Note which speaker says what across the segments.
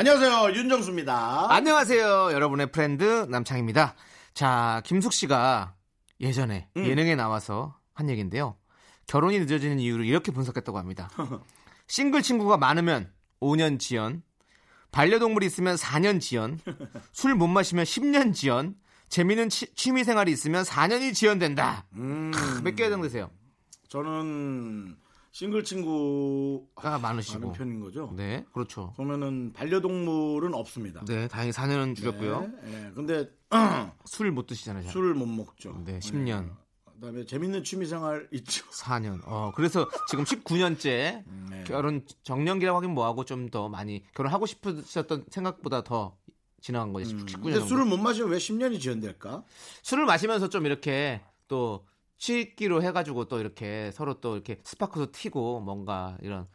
Speaker 1: 안녕하세요 윤정수입니다.
Speaker 2: 아, 안녕하세요. 여러분의 프렌드 남창입니다. 자, 김숙 씨가 예전에
Speaker 1: 음.
Speaker 2: 예능에 나와서 한 얘기인데요. 결혼이 늦어지는 이유를 이렇게 분석했다고 합니다. 싱글 친구가 많으면 5년 지연, 반려동물이 있으면 4년 지연, 술 못 마시면 10년 지연, 재미있는 취, 미 생활이 있으면 4년이 지연된다. 크, 몇개 해당되세요?
Speaker 1: 음, 저는 싱글 친구가
Speaker 2: 가 많으시고.
Speaker 1: 아, 많은 편인 거죠.
Speaker 2: 네, 그렇죠.
Speaker 1: 그러면은 반려동물은 없습니다.
Speaker 2: 네, 다행히 4년은 줄였고요.
Speaker 1: 네, 네. 근데
Speaker 2: 술 못 드시잖아요. 잘.
Speaker 1: 술을 못 먹죠.
Speaker 2: 네, 10년.
Speaker 1: 그다음에 재밌는 취미생활 있죠.
Speaker 2: 4년. 어, 그래서 지금 19년째
Speaker 1: 네.
Speaker 2: 결혼 정년기라고 하긴 뭐하고 좀 더 많이 결혼하고 싶으셨던 생각보다 더 지나간 거죠. 19년.
Speaker 1: 음. 근데
Speaker 2: 정도.
Speaker 1: 술을 못 마시면 왜 10년이 지연될까?
Speaker 2: 술을 마시면서 좀 이렇게 또 취기로 해가지고 또 이렇게 서로 또 이렇게 스파크도 튀고 뭔가 이런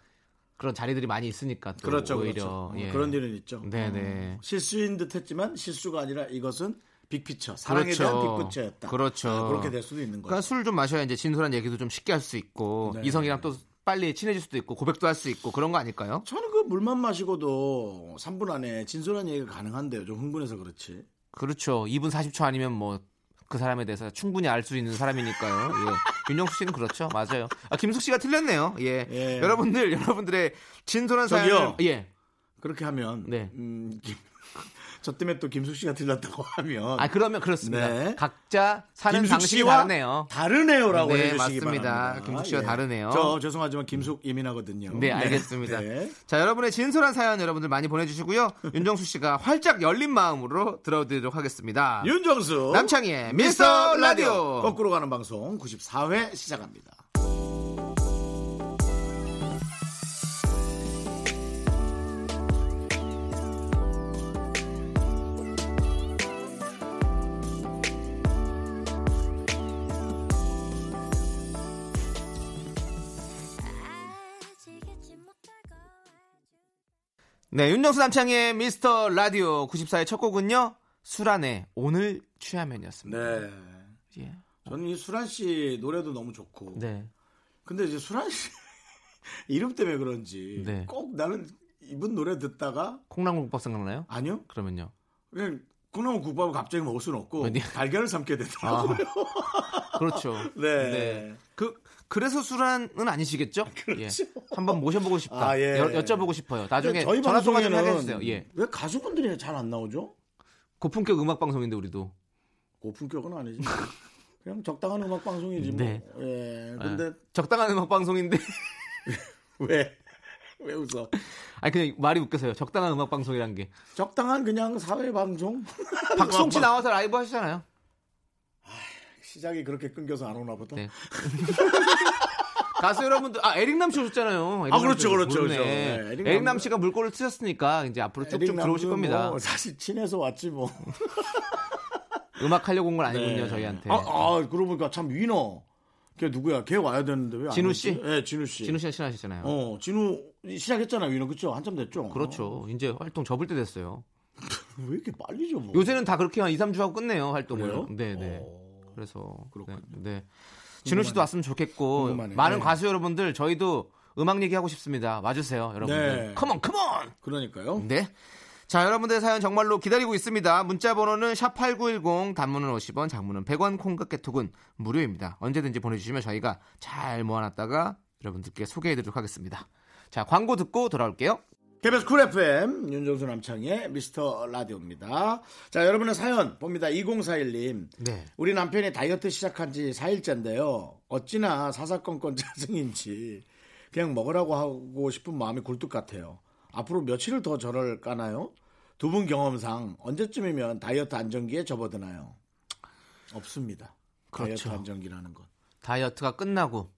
Speaker 2: 그런 자리들이 많이 있으니까 또
Speaker 1: 그렇죠,
Speaker 2: 오히려
Speaker 1: 그렇죠.
Speaker 2: 예.
Speaker 1: 어, 그런 일은 있죠. 음.
Speaker 2: 네네.
Speaker 1: 실수인 듯했지만 실수가 아니라 이것은 빅피처, 사랑에
Speaker 2: 그렇죠.
Speaker 1: 대한 빅피처였다.
Speaker 2: 그렇죠.
Speaker 1: 아, 그렇게 될 수도 있는 거죠.
Speaker 2: 그러니까 술 좀 마셔야 이제 진솔한 얘기도 좀 쉽게 할 수 있고
Speaker 1: 네.
Speaker 2: 이성이랑 또 빨리 친해질 수도 있고 고백도 할 수 있고 그런 거 아닐까요?
Speaker 1: 저는 그 물만 마시고도 3분 안에 진솔한 얘기가 가능한데요. 좀 흥분해서 그렇지.
Speaker 2: 그렇죠. 2분 40초 아니면 뭐 그 사람에 대해서 충분히 알 수 있는 사람이니까요. 예. 윤영수 씨는 그렇죠. 맞아요. 아, 김숙 씨가 틀렸네요. 예.
Speaker 1: 예.
Speaker 2: 여러분들, 여러분들의 진솔한
Speaker 1: 저기요.
Speaker 2: 사연. 예.
Speaker 1: 그렇게 하면
Speaker 2: 네.
Speaker 1: 음, 김- 저 때문에 또 김숙 씨가 들렸다고 하면
Speaker 2: 아, 그러면 그렇습니다.
Speaker 1: 네.
Speaker 2: 각자 사는 방식이 다르네요.
Speaker 1: 다르네요라고
Speaker 2: 네,
Speaker 1: 해주시기
Speaker 2: 맞습니다.
Speaker 1: 바랍니다. 예.
Speaker 2: 김숙 씨와 다르네요.
Speaker 1: 저 죄송하지만 김숙 예민하거든요.
Speaker 2: 네, 알겠습니다.
Speaker 1: 네.
Speaker 2: 자, 여러분의 진솔한 사연 여러분들 많이 보내주시고요. 윤정수 씨가 활짝 열린 마음으로 들어드리도록 하겠습니다.
Speaker 1: 윤정수 미스터
Speaker 2: 남창희의 미스터 라디오.
Speaker 1: 거꾸로 가는 방송 94회 시작합니다.
Speaker 2: 네, 윤정수 남창희의 미스터 라디오 94의 첫 곡은요. 술안에 오늘 취하면이었습니다.
Speaker 1: 네.
Speaker 2: 예.
Speaker 1: 저는 이 수란 씨 노래도 너무 좋고
Speaker 2: 네.
Speaker 1: 근데 이제 수란 씨 이름 때문에 그런지
Speaker 2: 네.
Speaker 1: 꼭 나는 이분 노래 듣다가
Speaker 2: 콩나물국밥 생각나요?
Speaker 1: 아니요
Speaker 2: 그러면요.
Speaker 1: 그냥 콩나물 국밥을 갑자기 먹을 수는 없고
Speaker 2: 어디? 아.
Speaker 1: 달걀을 삶게 되더라고요.
Speaker 2: 그렇죠.
Speaker 1: 네.
Speaker 2: 그 그래서 술안은 아니시겠죠? 그렇죠. 한번 모셔보고 싶다.
Speaker 1: 아, 예.
Speaker 2: 여, 쭤보고 싶어요. 나중에
Speaker 1: 저희
Speaker 2: 전화 통화 좀 해주세요.
Speaker 1: 방송에는
Speaker 2: 예.
Speaker 1: 왜 가수분들이 잘 안 나오죠?
Speaker 2: 고품격 음악 방송인데 우리도
Speaker 1: 고품격은 아니지. 그냥 적당한 음악 방송이지 뭐.
Speaker 2: 네.
Speaker 1: 예. 근데
Speaker 2: 아, 적당한 음악 방송인데
Speaker 1: 왜? 왜 웃어?
Speaker 2: 아니 그냥 말이 웃겨서요. 적당한 음악 방송이란 게
Speaker 1: 적당한 그냥 사회 방송?
Speaker 2: 박수홍 씨
Speaker 1: 음악
Speaker 2: 나와서 라이브 하시잖아요.
Speaker 1: 방- 시작이 그렇게 끊겨서 안 오나 보다.
Speaker 2: 네. 가수 여러분들 아 에릭남 씨 오셨잖아요. 에릭남
Speaker 1: 아, 그렇죠,
Speaker 2: 씨
Speaker 1: 그렇죠,
Speaker 2: 모르네.
Speaker 1: 그렇죠. 네, 에릭남-
Speaker 2: 에릭남 씨가 물꼬를 트셨으니까 이제 앞으로 쭉쭉
Speaker 1: 에릭남은
Speaker 2: 들어오실 겁니다.
Speaker 1: 뭐 사실 친해서 왔지 뭐.
Speaker 2: 음악 하려고 온 건 아니군요
Speaker 1: 네.
Speaker 2: 저희한테.
Speaker 1: 아, 아, 그러고 보니까 참 위너. 걔 누구야? 걔 와야 되는데 왜? 안
Speaker 2: 진우
Speaker 1: 오지?
Speaker 2: 씨?
Speaker 1: 예, 진우 씨.
Speaker 2: 진우 씨랑 친하시잖아요.
Speaker 1: 어, 진우 시작했잖아 위너 그쵸? 한참 됐죠? 어,
Speaker 2: 그렇죠. 이제 활동 접을 때 됐어요.
Speaker 1: 왜 이렇게 빨리 접어?
Speaker 2: 요새는 다 그렇게 한 2, 3주 하고 끝내요, 활동을.
Speaker 1: 그래요?
Speaker 2: 네, 네.
Speaker 1: 어.
Speaker 2: 그래서
Speaker 1: 그렇군요.
Speaker 2: 네. 네. 진우 씨도 왔으면 좋겠고
Speaker 1: 궁금하네.
Speaker 2: 많은
Speaker 1: 네.
Speaker 2: 가수 여러분들 저희도 음악 얘기하고 싶습니다. 와 주세요,
Speaker 1: 네.
Speaker 2: 여러분들. 컴온, 컴온.
Speaker 1: 그러니까요.
Speaker 2: 네. 자, 여러분들의 사연 정말로 기다리고 있습니다. 문자 번호는 샵8910 단문은 50원, 장문은 100원, 콩깍 개톡은 무료입니다. 언제든지 보내 주시면 저희가 잘 모아 놨다가 여러분들께 소개해 드리도록 하겠습니다. 자, 광고 듣고 돌아올게요.
Speaker 1: KBS 쿨 FM 윤정수 남창의 미스터 라디오입니다. 자 여러분의 사연 봅니다. 2041님
Speaker 2: 네.
Speaker 1: 우리 남편이 다이어트 시작한 지 4일째인데요. 어찌나 사사건건 짜증인지 그냥 먹으라고 하고 싶은 마음이 굴뚝 같아요. 앞으로 며칠을 더 저를 까나요? 두 분 경험상 언제쯤이면 다이어트 안정기에 접어드나요? 없습니다.
Speaker 2: 그렇죠.
Speaker 1: 다이어트 안정기라는 건. 음.
Speaker 2: 다이어트가 끝나고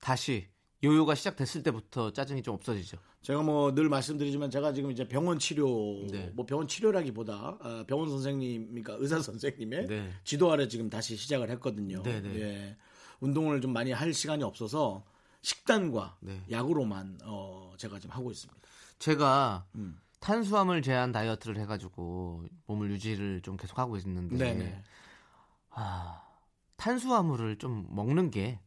Speaker 2: 다시 요요가 시작됐을 때부터 짜증이 좀 없어지죠.
Speaker 1: 제가 뭐 늘 말씀드리지만 제가 지금 이제 병원 치료
Speaker 2: 네.
Speaker 1: 뭐 병원 치료라기보다 어, 병원 선생님 그러니까 의사 선생님의
Speaker 2: 네.
Speaker 1: 지도 아래 지금 다시 시작을 했거든요.
Speaker 2: 네, 네.
Speaker 1: 예. 운동을 좀 많이 할 시간이 없어서 식단과
Speaker 2: 네.
Speaker 1: 약으로만 어, 제가 지금 하고 있습니다.
Speaker 2: 제가
Speaker 1: 음.
Speaker 2: 탄수화물 제한 다이어트를 해가지고 몸을 유지를 좀 계속 하고 있는데
Speaker 1: 네, 네.
Speaker 2: 아, 탄수화물을 좀 먹는 게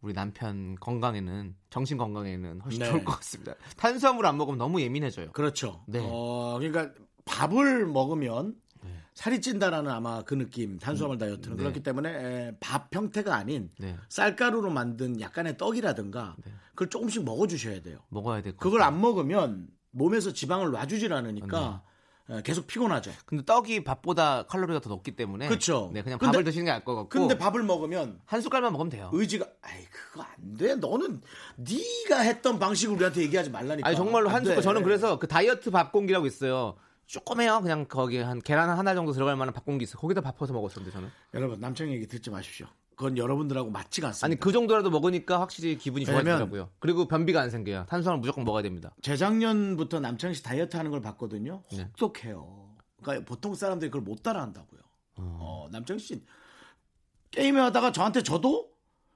Speaker 2: 우리 남편 건강에는 정신 건강에는 훨씬
Speaker 1: 네.
Speaker 2: 좋을 것 같습니다. 탄수화물 안 먹으면 너무 예민해져요.
Speaker 1: 그렇죠.
Speaker 2: 네.
Speaker 1: 어, 그러니까 밥을 먹으면
Speaker 2: 네.
Speaker 1: 살이 찐다라는 아마 그 느낌 탄수화물 다이어트는
Speaker 2: 네.
Speaker 1: 그렇기 때문에 에, 밥 형태가 아닌
Speaker 2: 네.
Speaker 1: 쌀가루로 만든 약간의 떡이라든가
Speaker 2: 네.
Speaker 1: 그걸 조금씩 먹어주셔야 돼요.
Speaker 2: 먹어야 될 것.
Speaker 1: 그걸
Speaker 2: 같아요. 네.
Speaker 1: 안 먹으면 몸에서 지방을 놔주질
Speaker 2: 아,
Speaker 1: 않으니까
Speaker 2: 네.
Speaker 1: 에, 계속 피곤하죠.
Speaker 2: 근데 떡이 밥보다 칼로리가 더 높기 때문에
Speaker 1: 그쵸.
Speaker 2: 네, 그냥
Speaker 1: 근데-
Speaker 2: 밥을 드시는 게 나을 것 같고
Speaker 1: 근데 밥을 먹으면
Speaker 2: 한 숟갈만 먹으면 돼요.
Speaker 1: 의지가 아이 그거 안 돼. 너는 네가 했던 방식으로 우리한테 얘기하지 말라니까. 네.
Speaker 2: 아니 정말로 한
Speaker 1: 안 돼.
Speaker 2: 숟갈 저는 그래서 그 다이어트 밥 공기라고 있어요. 조그매요. 그냥 거기 한 계란 하나 정도 들어갈 만한 밥 공기 있어. 요 거기다 밥 퍼서 먹었었는데 저는.
Speaker 1: 여러분 남창 얘기 듣지 마십시오. 그건 여러분들하고 맞지가 않습니다.
Speaker 2: 아니 그 정도라도 먹으니까 확실히 기분이
Speaker 1: 왜냐면-
Speaker 2: 좋아지더라고요. 그리고 변비가 안 생겨요. 탄수화물 무조건 먹어야 됩니다.
Speaker 1: 재작년부터 남창 씨 다이어트 하는 걸 봤거든요.
Speaker 2: 네.
Speaker 1: 혹독해요. 그러니까 보통 사람들이 그걸 못 따라한다고요. 어, 남창 씨 게임을 하다가 저한테 저도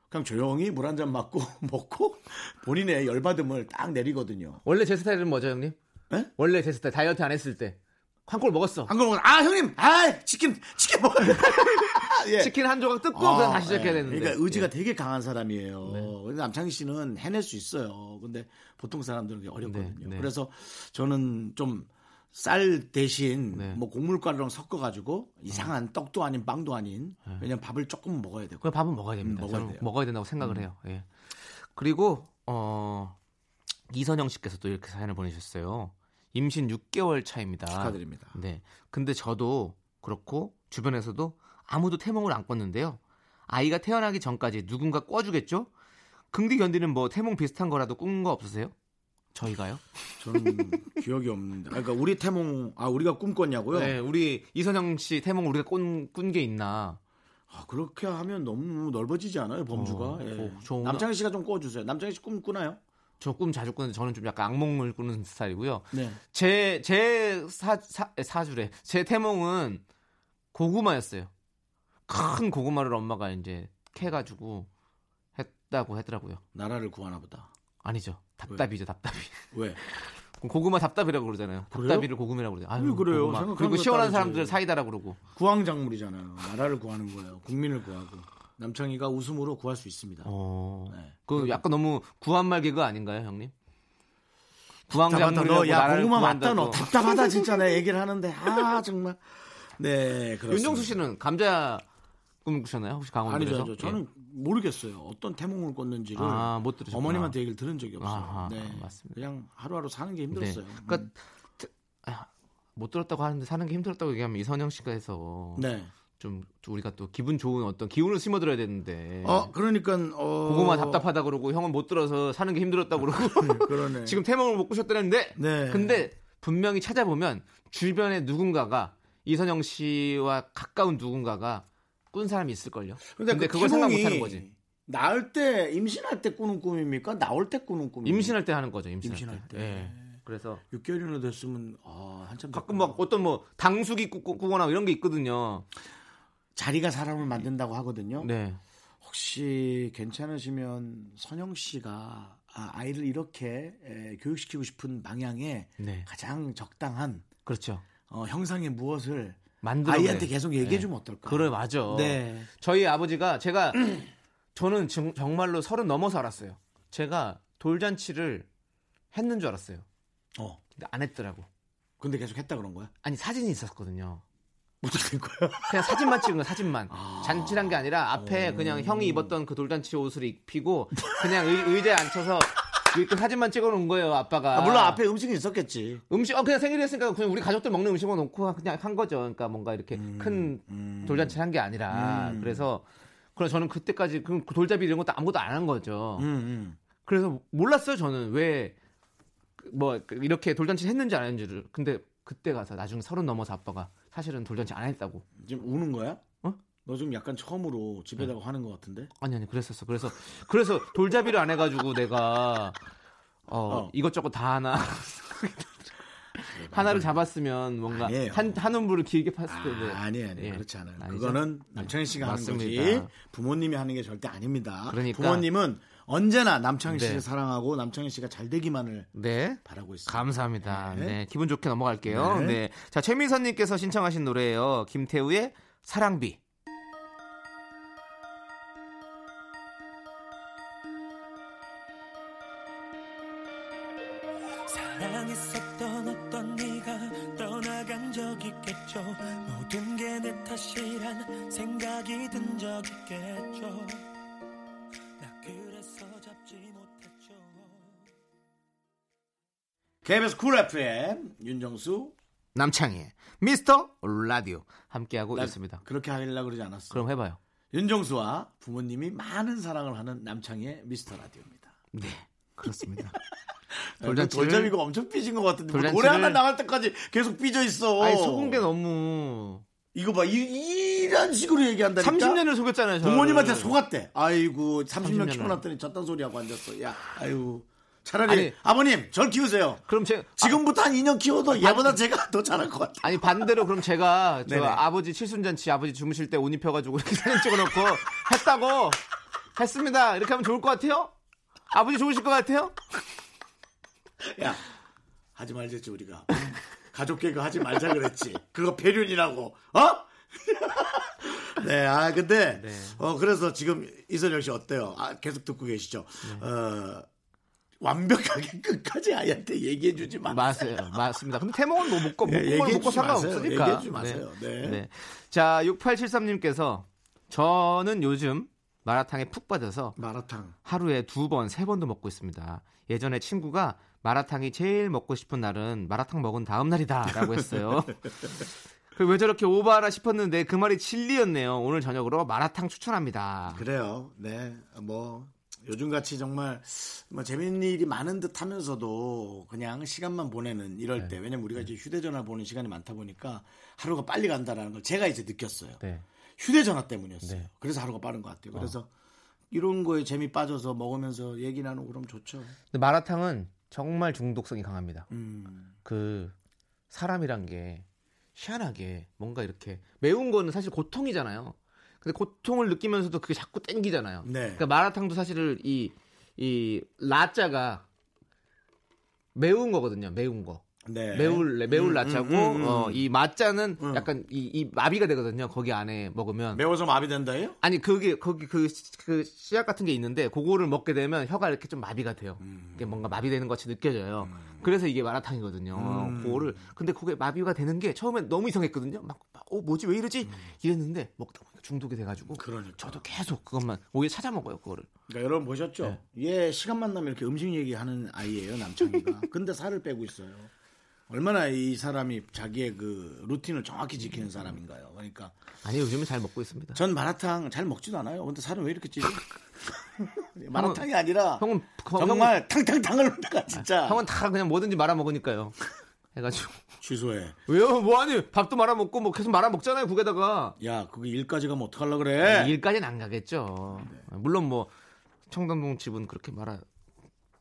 Speaker 1: 그냥 조용히 물 한 잔 맞고 먹고 본인의 열받음을 딱 내리거든요.
Speaker 2: 원래 제 스타일은 뭐죠, 형님?
Speaker 1: 에?
Speaker 2: 원래 제 스타일 다이어트 안 했을 때 한 꼴 먹었어.
Speaker 1: 안 그러면 아 형님 아 치킨 치킨 먹어. 예.
Speaker 2: 치킨 한 조각 뜯고
Speaker 1: 아,
Speaker 2: 그냥 다시 시작해야
Speaker 1: 예.
Speaker 2: 되는데.
Speaker 1: 그러니까 의지가
Speaker 2: 예. 네.
Speaker 1: 되게 강한 사람이에요. 근데 남창희 씨는 해낼 수 있어요. 근데 보통 사람들은 그게 어렵거든요.
Speaker 2: 네, 네.
Speaker 1: 그래서 저는 좀 쌀 대신
Speaker 2: 네.
Speaker 1: 뭐 곡물가루랑 섞어가지고 이상한 떡도 아닌 빵도 아닌
Speaker 2: 네.
Speaker 1: 왜냐면 밥을 조금 먹어야 되고
Speaker 2: 그냥 밥은 먹어야
Speaker 1: 음,
Speaker 2: 됩니다.
Speaker 1: 먹어야
Speaker 2: 저는
Speaker 1: 돼요. 음.
Speaker 2: 먹어야 된다고 생각을 해요. 예. 그리고 어 이선영 씨께서 또 이렇게 사연을 보내셨어요. 임신 6개월 차입니다.
Speaker 1: 축하드립니다.
Speaker 2: 네. 근데 저도 그렇고 주변에서도 아무도 태몽을 안 꿨는데요. 아이가 태어나기 전까지 누군가 꿔주겠죠? 긍디 견디는 뭐 태몽 비슷한 거라도 꾼 거 없으세요? 저희가요?
Speaker 1: 저는 기억이 없는데. 그러니까 우리 태몽 아 우리가 꿈꿨냐고요?
Speaker 2: 네, 우리 이선영 씨 태몽 우리가 꾼 게 있나?
Speaker 1: 아, 그렇게 하면 너무 넓어지지 않아요 범주가?
Speaker 2: 어,
Speaker 1: 예.
Speaker 2: 저- 저 오늘-
Speaker 1: 남창희 씨가 좀 꿔주세요. 남창희 씨 꿈 꾸나요?
Speaker 2: 저 꿈 자주 꾸는데 저는 좀 약간 악몽을 꾸는 스타일이고요.
Speaker 1: 네.
Speaker 2: 제, 제 사, 사, 사주래. 제 태몽은 고구마였어요. 큰 고구마를 엄마가 이제 캐가지고 했다고 하더라고요.
Speaker 1: 나라를 구하나 보다.
Speaker 2: 아니죠. 답답이죠, 답답이.
Speaker 1: 왜?
Speaker 2: 고구마 답답이라고 그러잖아요.
Speaker 1: 그래요?
Speaker 2: 답답이를 고구마라고 그러죠. 아유,
Speaker 1: 왜 그래요?
Speaker 2: 고구마.
Speaker 1: 생각하는
Speaker 2: 그리고
Speaker 1: 거
Speaker 2: 시원한
Speaker 1: 따르지.
Speaker 2: 사람들 사이다라고 그러고.
Speaker 1: 구황작물이잖아요. 나라를 구하는 거예요. 국민을 구하고. 남창희가 웃음으로 구할 수 있습니다.
Speaker 2: 어.
Speaker 1: 네.
Speaker 2: 그 약간 너무 구한말 개그 아닌가요, 형님?
Speaker 1: 답답하다 너,
Speaker 2: 구황작물이라고
Speaker 1: 야,
Speaker 2: 나라를
Speaker 1: 고구마 맞다,
Speaker 2: 구한다고.
Speaker 1: 너. 답답하다, 진짜 내 얘기를 하는데. 아, 정말. 네, 그렇습니다.
Speaker 2: 윤정수 씨는 감자 꿈 꾸셨나요? 혹시 강원도에서? 예.
Speaker 1: 아니죠, 아니죠. 저는 모르겠어요. 어떤 태몽을 꿨는지를
Speaker 2: 아, 못 들으셨구나.
Speaker 1: 어머님한테 얘기를 들은 적이 없어요.
Speaker 2: 아하,
Speaker 1: 네.
Speaker 2: 맞습니다.
Speaker 1: 그냥 하루하루 사는 게
Speaker 2: 네.
Speaker 1: 힘들었어요.
Speaker 2: 그러니까
Speaker 1: 음.
Speaker 2: 트- 아, 못 들었다고 하는데 사는 게 힘들었다고 얘기하면 이선영 씨가 해서
Speaker 1: 네.
Speaker 2: 좀 우리가 또 기분 좋은 어떤 기운을 심어드려야 되는데
Speaker 1: 어, 그러니까 어
Speaker 2: 예. 고구마 답답하다 그러고 형은 못 들어서 사는 게 힘들었다고 그러고
Speaker 1: 그러네.
Speaker 2: 지금 태몽을 못 꾸셨다는데
Speaker 1: 네.
Speaker 2: 근데 분명히 찾아보면 주변에 누군가가 이선영 씨와 가까운 누군가가 꾼 사람이 있을걸요. 근데, 그걸
Speaker 1: 그러니까
Speaker 2: 생각
Speaker 1: 태몽이
Speaker 2: 못하는 거지.
Speaker 1: 낳을 때 임신할 때 꾸는 꿈입니까? 나올 때 꾸는 꿈입니까?
Speaker 2: 임신할 때 하는 거죠. 임신할,
Speaker 1: 임신할
Speaker 2: 때.
Speaker 1: 때.
Speaker 2: 예. 그래서
Speaker 1: 6개월이나 됐으면 아, 한참
Speaker 2: 가끔
Speaker 1: 됐구나.
Speaker 2: 막 어떤 뭐 당숙이 꾸- 꾸- 꾸거나 이런 게 있거든요.
Speaker 1: 자리가 사람을 만든다고 하거든요.
Speaker 2: 네.
Speaker 1: 혹시 괜찮으시면 선영 씨가 아, 이를 이렇게 에, 교육시키고 싶은 방향에
Speaker 2: 네.
Speaker 1: 가장 적당한
Speaker 2: 그렇죠.
Speaker 1: 어, 형상의 무엇을
Speaker 2: 만들어
Speaker 1: 아이한테
Speaker 2: 그래.
Speaker 1: 계속 얘기해 주면 어떨까?
Speaker 2: 그래 맞아.
Speaker 1: 네.
Speaker 2: 저희 아버지가 제가 저는 정, 정말로 서른 넘어서 알았어요. 제가 돌잔치를 했는 줄 알았어요.
Speaker 1: 어.
Speaker 2: 근데 안 했더라고.
Speaker 1: 근데 계속 했다 그런 거야?
Speaker 2: 아니 사진이 있었거든요.
Speaker 1: 못된 거야?
Speaker 2: 그냥 사진만 찍은 거 사진만.
Speaker 1: 아.
Speaker 2: 잔치란 게 아니라 앞에 그냥 형이 입었던 그 돌잔치 옷을 입히고 그냥 의, 의자에 앉혀서 이렇게 사진만 찍어놓은 거예요 아빠가.
Speaker 1: 아, 물론 앞에 음식이 있었겠지.
Speaker 2: 음식 어 그냥 생일이었으니까 그냥 우리 가족들 먹는 음식을 놓고 그냥 한 거죠. 그러니까 뭔가 이렇게
Speaker 1: 음.
Speaker 2: 큰 돌잔치를 한 게 아니라 그래서 그래서 저는 그때까지 그 돌잡이 이런 것도 아무것도 안 한 거죠.
Speaker 1: 음, 음.
Speaker 2: 그래서 몰랐어요 저는 왜 뭐 이렇게 돌잔치 했는지 안 했는지를. 근데 그때 가서 나중에 서른 넘어서 아빠가 사실은 돌잔치 안 했다고.
Speaker 1: 지금 우는 거야?
Speaker 2: 어?
Speaker 1: 너 좀 약간 처음으로 집에다가 화낸 것 같은데?
Speaker 2: 아니 아니 그랬었어. 그래서 그래서 돌잡이를 안 해가지고 내가 어,
Speaker 1: 어.
Speaker 2: 이것저것 다 하나 하나를 잡았으면 뭔가
Speaker 1: 아니에요.
Speaker 2: 한 한 음부를 길게 팠을 텐데.
Speaker 1: 아, 아니 아니
Speaker 2: 예.
Speaker 1: 그렇지 않아요.
Speaker 2: 아니죠?
Speaker 1: 그거는 남창희 씨가 하는
Speaker 2: 맞습니다.
Speaker 1: 거지 부모님이 하는 게 절대 아닙니다.
Speaker 2: 그러니까.
Speaker 1: 부모님은 언제나 남창희
Speaker 2: 네.
Speaker 1: 씨를 사랑하고 남창희 씨가 잘 되기만을
Speaker 2: 네.
Speaker 1: 바라고 있습니다.
Speaker 2: 감사합니다.
Speaker 1: 네.
Speaker 2: 네. 기분 좋게 넘어갈게요.
Speaker 1: 네.
Speaker 2: 네. 자, 최민선님께서 신청하신 노래예요. 김태우의 사랑비.
Speaker 3: 사랑했었던 어떤 네가 떠나간 적 있겠죠 모든 게 내 탓이란 생각이 든 적 있겠죠 나 그래서 잡지 못했죠
Speaker 1: KBS 쿨 FM 윤정수
Speaker 2: 남창희의 미스터 라디오. 함께하고
Speaker 1: 나
Speaker 2: 있습니다.
Speaker 1: 그렇게 하려고 그러지 않았어.
Speaker 2: 그럼 해봐요.
Speaker 1: 윤정수와 부모님이 많은 사랑을 하는 남창희의 미스터 라디오입니다.
Speaker 2: 네. 그렇습니다.
Speaker 1: 돌
Speaker 2: 돌잔치를-
Speaker 1: 잡이가 엄청 삐진 것 같은데 뭐
Speaker 2: 돌잔치를-
Speaker 1: 노래 하나 나갈 때까지 계속 삐져 있어.
Speaker 2: 아니, 속은 게 너무.
Speaker 1: 이거 봐 이, 런 식으로 얘기한다니까.
Speaker 2: 30년을 속였잖아요. 저를.
Speaker 1: 그러니까 부모님한테 속았대. 아이고 30년
Speaker 2: 네. 30년
Speaker 1: 키고
Speaker 2: 을.
Speaker 1: 났더니 저딴 소리 하고 앉았어. 야, 아유. 차라리
Speaker 2: 아니.
Speaker 1: 아버님 절 키우세요.
Speaker 2: 그럼 제
Speaker 1: 지금부터 한 2년 키워도 얘보다 제가 더 잘할 것 같아.
Speaker 2: 아, 니 반대로 그럼 제가 저
Speaker 1: 네네.
Speaker 2: 아버지 칠순잔치 아버지 주무실 때 옷 입혀가지고 이렇게 사진 찍어놓고 했다고 했습니다. 이렇게 하면 좋을 것 같아요? 아버지 좋으실 것 같아요?
Speaker 1: 야, 하지 말랬지 우리가 가족 개그 하지 말자 그랬지. 그거 배륜이라고. 어? 네, 아 근데
Speaker 2: 네.
Speaker 1: 어 그래서 지금 이선영 씨 어때요? 아 계속 듣고 계시죠?
Speaker 2: 네.
Speaker 1: 어 완벽하게 끝까지 아이한테 얘기해주지 마.
Speaker 2: 맞아요. 맞습니다. 근데 태몽은 뭐 먹고
Speaker 1: 예,
Speaker 2: 먹고
Speaker 1: 얘기해
Speaker 2: 먹고
Speaker 1: 주지 마세요.
Speaker 2: 상관없으니까.
Speaker 1: 얘기해 주지 마세요. 네.
Speaker 2: 자, 6873님께서 저는 요즘 마라탕에 푹 빠져서
Speaker 1: 마라탕.
Speaker 2: 하루에 두 번, 세 번도 먹고 있습니다. 예전에 친구가 마라탕이 제일 먹고 싶은 날은 마라탕 먹은 다음 날이다라고 했어요. 그리고 왜 저렇게 오바하나 싶었는데 그 말이 진리였네요. 오늘 저녁으로 마라탕 추천합니다.
Speaker 1: 그래요. 네. 뭐 요즘 같이 정말 뭐 재밌는 일이 많은 듯 하면서도 그냥 시간만 보내는 이럴
Speaker 2: 네.
Speaker 1: 때 왜냐면 우리가 이제 휴대 전화 보는 시간이 많다 보니까 하루가 빨리 간다라는 걸 제가 이제 느꼈어요.
Speaker 2: 네.
Speaker 1: 휴대 전화 때문이었어요. 그래서 하루가 빠른 것
Speaker 2: 어.
Speaker 1: 같아요. 그래서 이런 거에 재미 빠져서 먹으면서 얘기 나누고 그럼 좋죠.
Speaker 2: 근데 마라탕은 정말 중독성이 강합니다.
Speaker 1: 음.
Speaker 2: 그 사람이란 게 희한하게 뭔가 이렇게 매운 거는 사실 고통이잖아요. 근데 고통을 느끼면서도 그게 자꾸 땡기잖아요.
Speaker 1: 네.
Speaker 2: 그러니까 마라탕도 사실을 이, 이 라자가 매운 거거든요. 매운 거.
Speaker 1: 네.
Speaker 2: 매울 매울 라자고
Speaker 1: 음, 음.
Speaker 2: 어, 이 마자는
Speaker 1: 음.
Speaker 2: 약간 이, 이 마비가 되거든요. 거기 안에 먹으면
Speaker 1: 매워서 마비 된다예요?
Speaker 2: 아니 그게 거기 그, 시- 그 씨앗 같은 게 있는데 그거를 먹게 되면 혀가 이렇게 좀 마비가 돼요.
Speaker 1: 음.
Speaker 2: 이게 뭔가 마비되는 것 같이 느껴져요. 그래서 이게 마라탕이거든요.
Speaker 1: 음.
Speaker 2: 그거를 근데 그게 마비가 되는 게 처음엔 너무 이상했거든요. 막, 막, 어 뭐지 왜 이러지 이랬는데 먹다 보니까 중독이 돼가지고
Speaker 1: 음. 그러니까.
Speaker 2: 저도 계속 그것만 오히려 찾아 먹어요 그거를.
Speaker 1: 그러니까 여러분
Speaker 2: 네.
Speaker 1: 보셨죠? 얘 시간만 나면 이렇게 음식 얘기하는 아이예요 남창이가. 근데 살을 빼고 있어요. 얼마나 이 사람이 자기의 그 루틴을 정확히 지키는 사람인가요? 그러니까
Speaker 2: 아니 요즘은 잘 먹고 있습니다.
Speaker 1: 전 마라탕 잘 먹지도 않아요. 근데 살은 왜 이렇게 찌지? 마라탕이 아니라
Speaker 2: 형은 그-
Speaker 1: 정말 탕탕탕을 먹다가 진짜
Speaker 2: 형은 다 그냥 뭐든지 말아 먹으니까요. 해가지고
Speaker 1: 취소해.
Speaker 2: 왜요? 뭐 아니 밥도 말아 먹고 뭐 계속 말아 먹잖아요 국에다가 네.
Speaker 1: 야 그거 일까지 가면 어떡하려 그래?
Speaker 2: 아, 일까지는 안 가겠죠. 물론 뭐 청담동 집은 그렇게 말아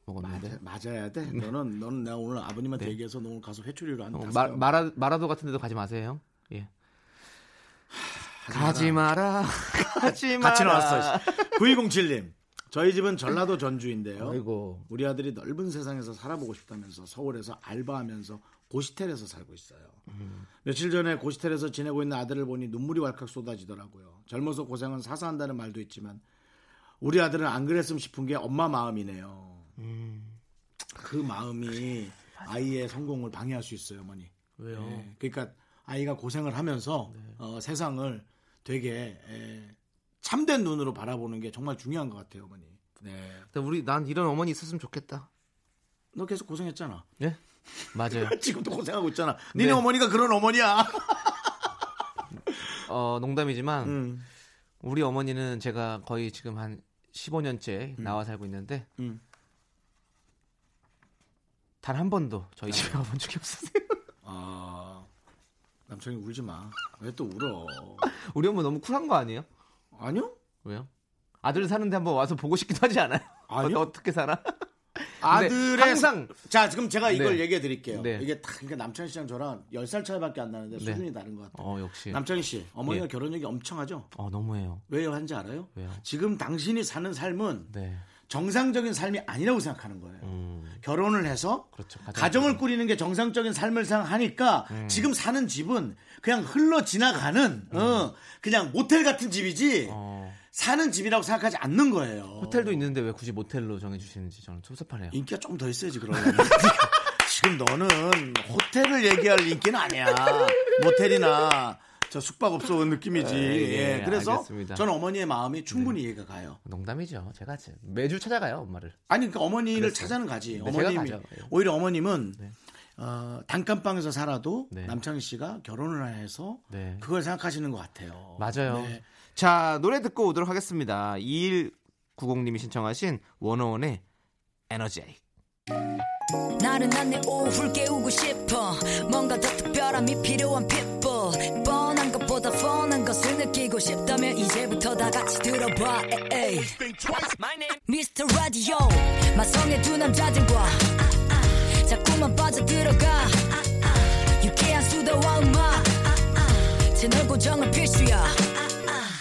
Speaker 2: 먹었는데
Speaker 1: 맞아야 돼. 너는 너는 내가 오늘 아버님한테 얘기해서 너 오늘 가서 회초리로 한
Speaker 2: 네. 어,
Speaker 1: 다섯
Speaker 2: 마,
Speaker 1: 개
Speaker 2: 마라 마라도 같은 데도 가지 마세요. 예. 가지 마라. 가지 마라.
Speaker 1: 같이 나왔어. 9207님. 저희 집은 전라도 전주인데요.
Speaker 2: 아이고.
Speaker 1: 우리 아들이 넓은 세상에서 살아보고 싶다면서 서울에서 알바하면서 고시텔에서 살고 있어요. 며칠 전에 고시텔에서 지내고 있는 아들을 보니 눈물이 왈칵 쏟아지더라고요. 젊어서 고생은 사사한다는 말도 있지만 우리 아들은 안 그랬으면 싶은 게 엄마 마음이네요. 그 마음이 아이의 성공을 방해할 수 있어요, 어머니.
Speaker 2: 왜요?
Speaker 1: 예, 그러니까 아이가 고생을 하면서 어, 세상을 되게 예, 참된 눈으로 바라보는 게 정말 중요한 것 같아요, 어머니. 네.
Speaker 2: 근데 우리 난 이런 어머니 있었으면 좋겠다.
Speaker 1: 너 계속 고생했잖아.
Speaker 2: 예? 맞아요.
Speaker 1: 지금도 고생하고 있잖아. 니네
Speaker 2: 네.
Speaker 1: 어머니가 그런 어머니야.
Speaker 2: 어 농담이지만
Speaker 1: 음.
Speaker 2: 우리 어머니는 제가 거의 지금 한 15년째 나와 살고 있는데
Speaker 1: 음.
Speaker 2: 네. 단 한 번도 저희 집에 와본 적이 없으세요.
Speaker 1: 아, 남창이 울지 마. 왜 또 울어?
Speaker 2: 우리 엄마 너무 쿨한 거 아니에요?
Speaker 1: 아니요?
Speaker 2: 왜요? 아들 사는데 한번 와서 보고 싶기도 하지 않아요?
Speaker 1: 아니요.
Speaker 2: 어, 어떻게 살아?
Speaker 1: 아들의
Speaker 2: 항상
Speaker 1: 자 지금 제가 이걸
Speaker 2: 네.
Speaker 1: 얘기해 드릴게요.
Speaker 2: 네.
Speaker 1: 이게 딱 그러니까 남창희 씨랑 저랑 10살 차이밖에 안 나는데 수준이 다른 것 같아요.
Speaker 2: 어 역시
Speaker 1: 남창희 씨 어머니가
Speaker 2: 예.
Speaker 1: 결혼 얘기 엄청 하죠?
Speaker 2: 어 너무해요.
Speaker 1: 왜요 하는지 알아요?
Speaker 2: 왜요?
Speaker 1: 지금 당신이 사는 삶은
Speaker 2: 네.
Speaker 1: 정상적인 삶이 아니라고 생각하는 거예요.
Speaker 2: 음.
Speaker 1: 결혼을 해서
Speaker 2: 그렇죠. 가정-
Speaker 1: 가정을 꾸리는 게 정상적인 삶을 생각하니까
Speaker 2: 음.
Speaker 1: 지금 사는 집은 그냥 흘러 지나가는 어, 그냥 모텔 같은 집이지
Speaker 2: 어.
Speaker 1: 사는 집이라고 생각하지 않는 거예요.
Speaker 2: 호텔도 있는데 왜 굳이 모텔로 정해주시는지 저는 섭섭하네요.
Speaker 1: 인기가 좀 더 있어야지 그러면. 지금 너는 호텔을 얘기할 인기는 아니야. 모텔이나 저 숙박업소 느낌이지.
Speaker 2: 예, 예,
Speaker 1: 예, 그래서
Speaker 2: 알겠습니다. 네.
Speaker 1: 저는 어머니의 마음이 충분히 이해가 가요.
Speaker 2: 농담이죠. 제가 지- 매주 찾아가요 엄마를.
Speaker 1: 아니 그러니까 어머니를 찾아는 가지.
Speaker 2: 네, 제가
Speaker 1: 어머님이
Speaker 2: 가죠. 예.
Speaker 1: 오히려 어머님은 어, 단칸방에서 살아도
Speaker 2: 네.
Speaker 1: 남창희 씨가 결혼을 해서
Speaker 2: 네.
Speaker 1: 그걸 생각하시는 것 같아요.
Speaker 2: 맞아요.
Speaker 1: 네.
Speaker 2: 자 노래 듣고 오도록 하겠습니다. 2190님이 신청하신 원어원의 에너지.
Speaker 4: 나른한 내 오후를 깨우고 싶어 뭔가 더 특별함이 필요한 people 뻔한 것보다 뻔한 것을 느끼고 싶다면 이제부터 다 같이 들어봐 에이. Mr. Radio 마성의 두 남자들과 자꾸만 빠져들어가 유쾌한 수다와 음악 채널 고정은 필수야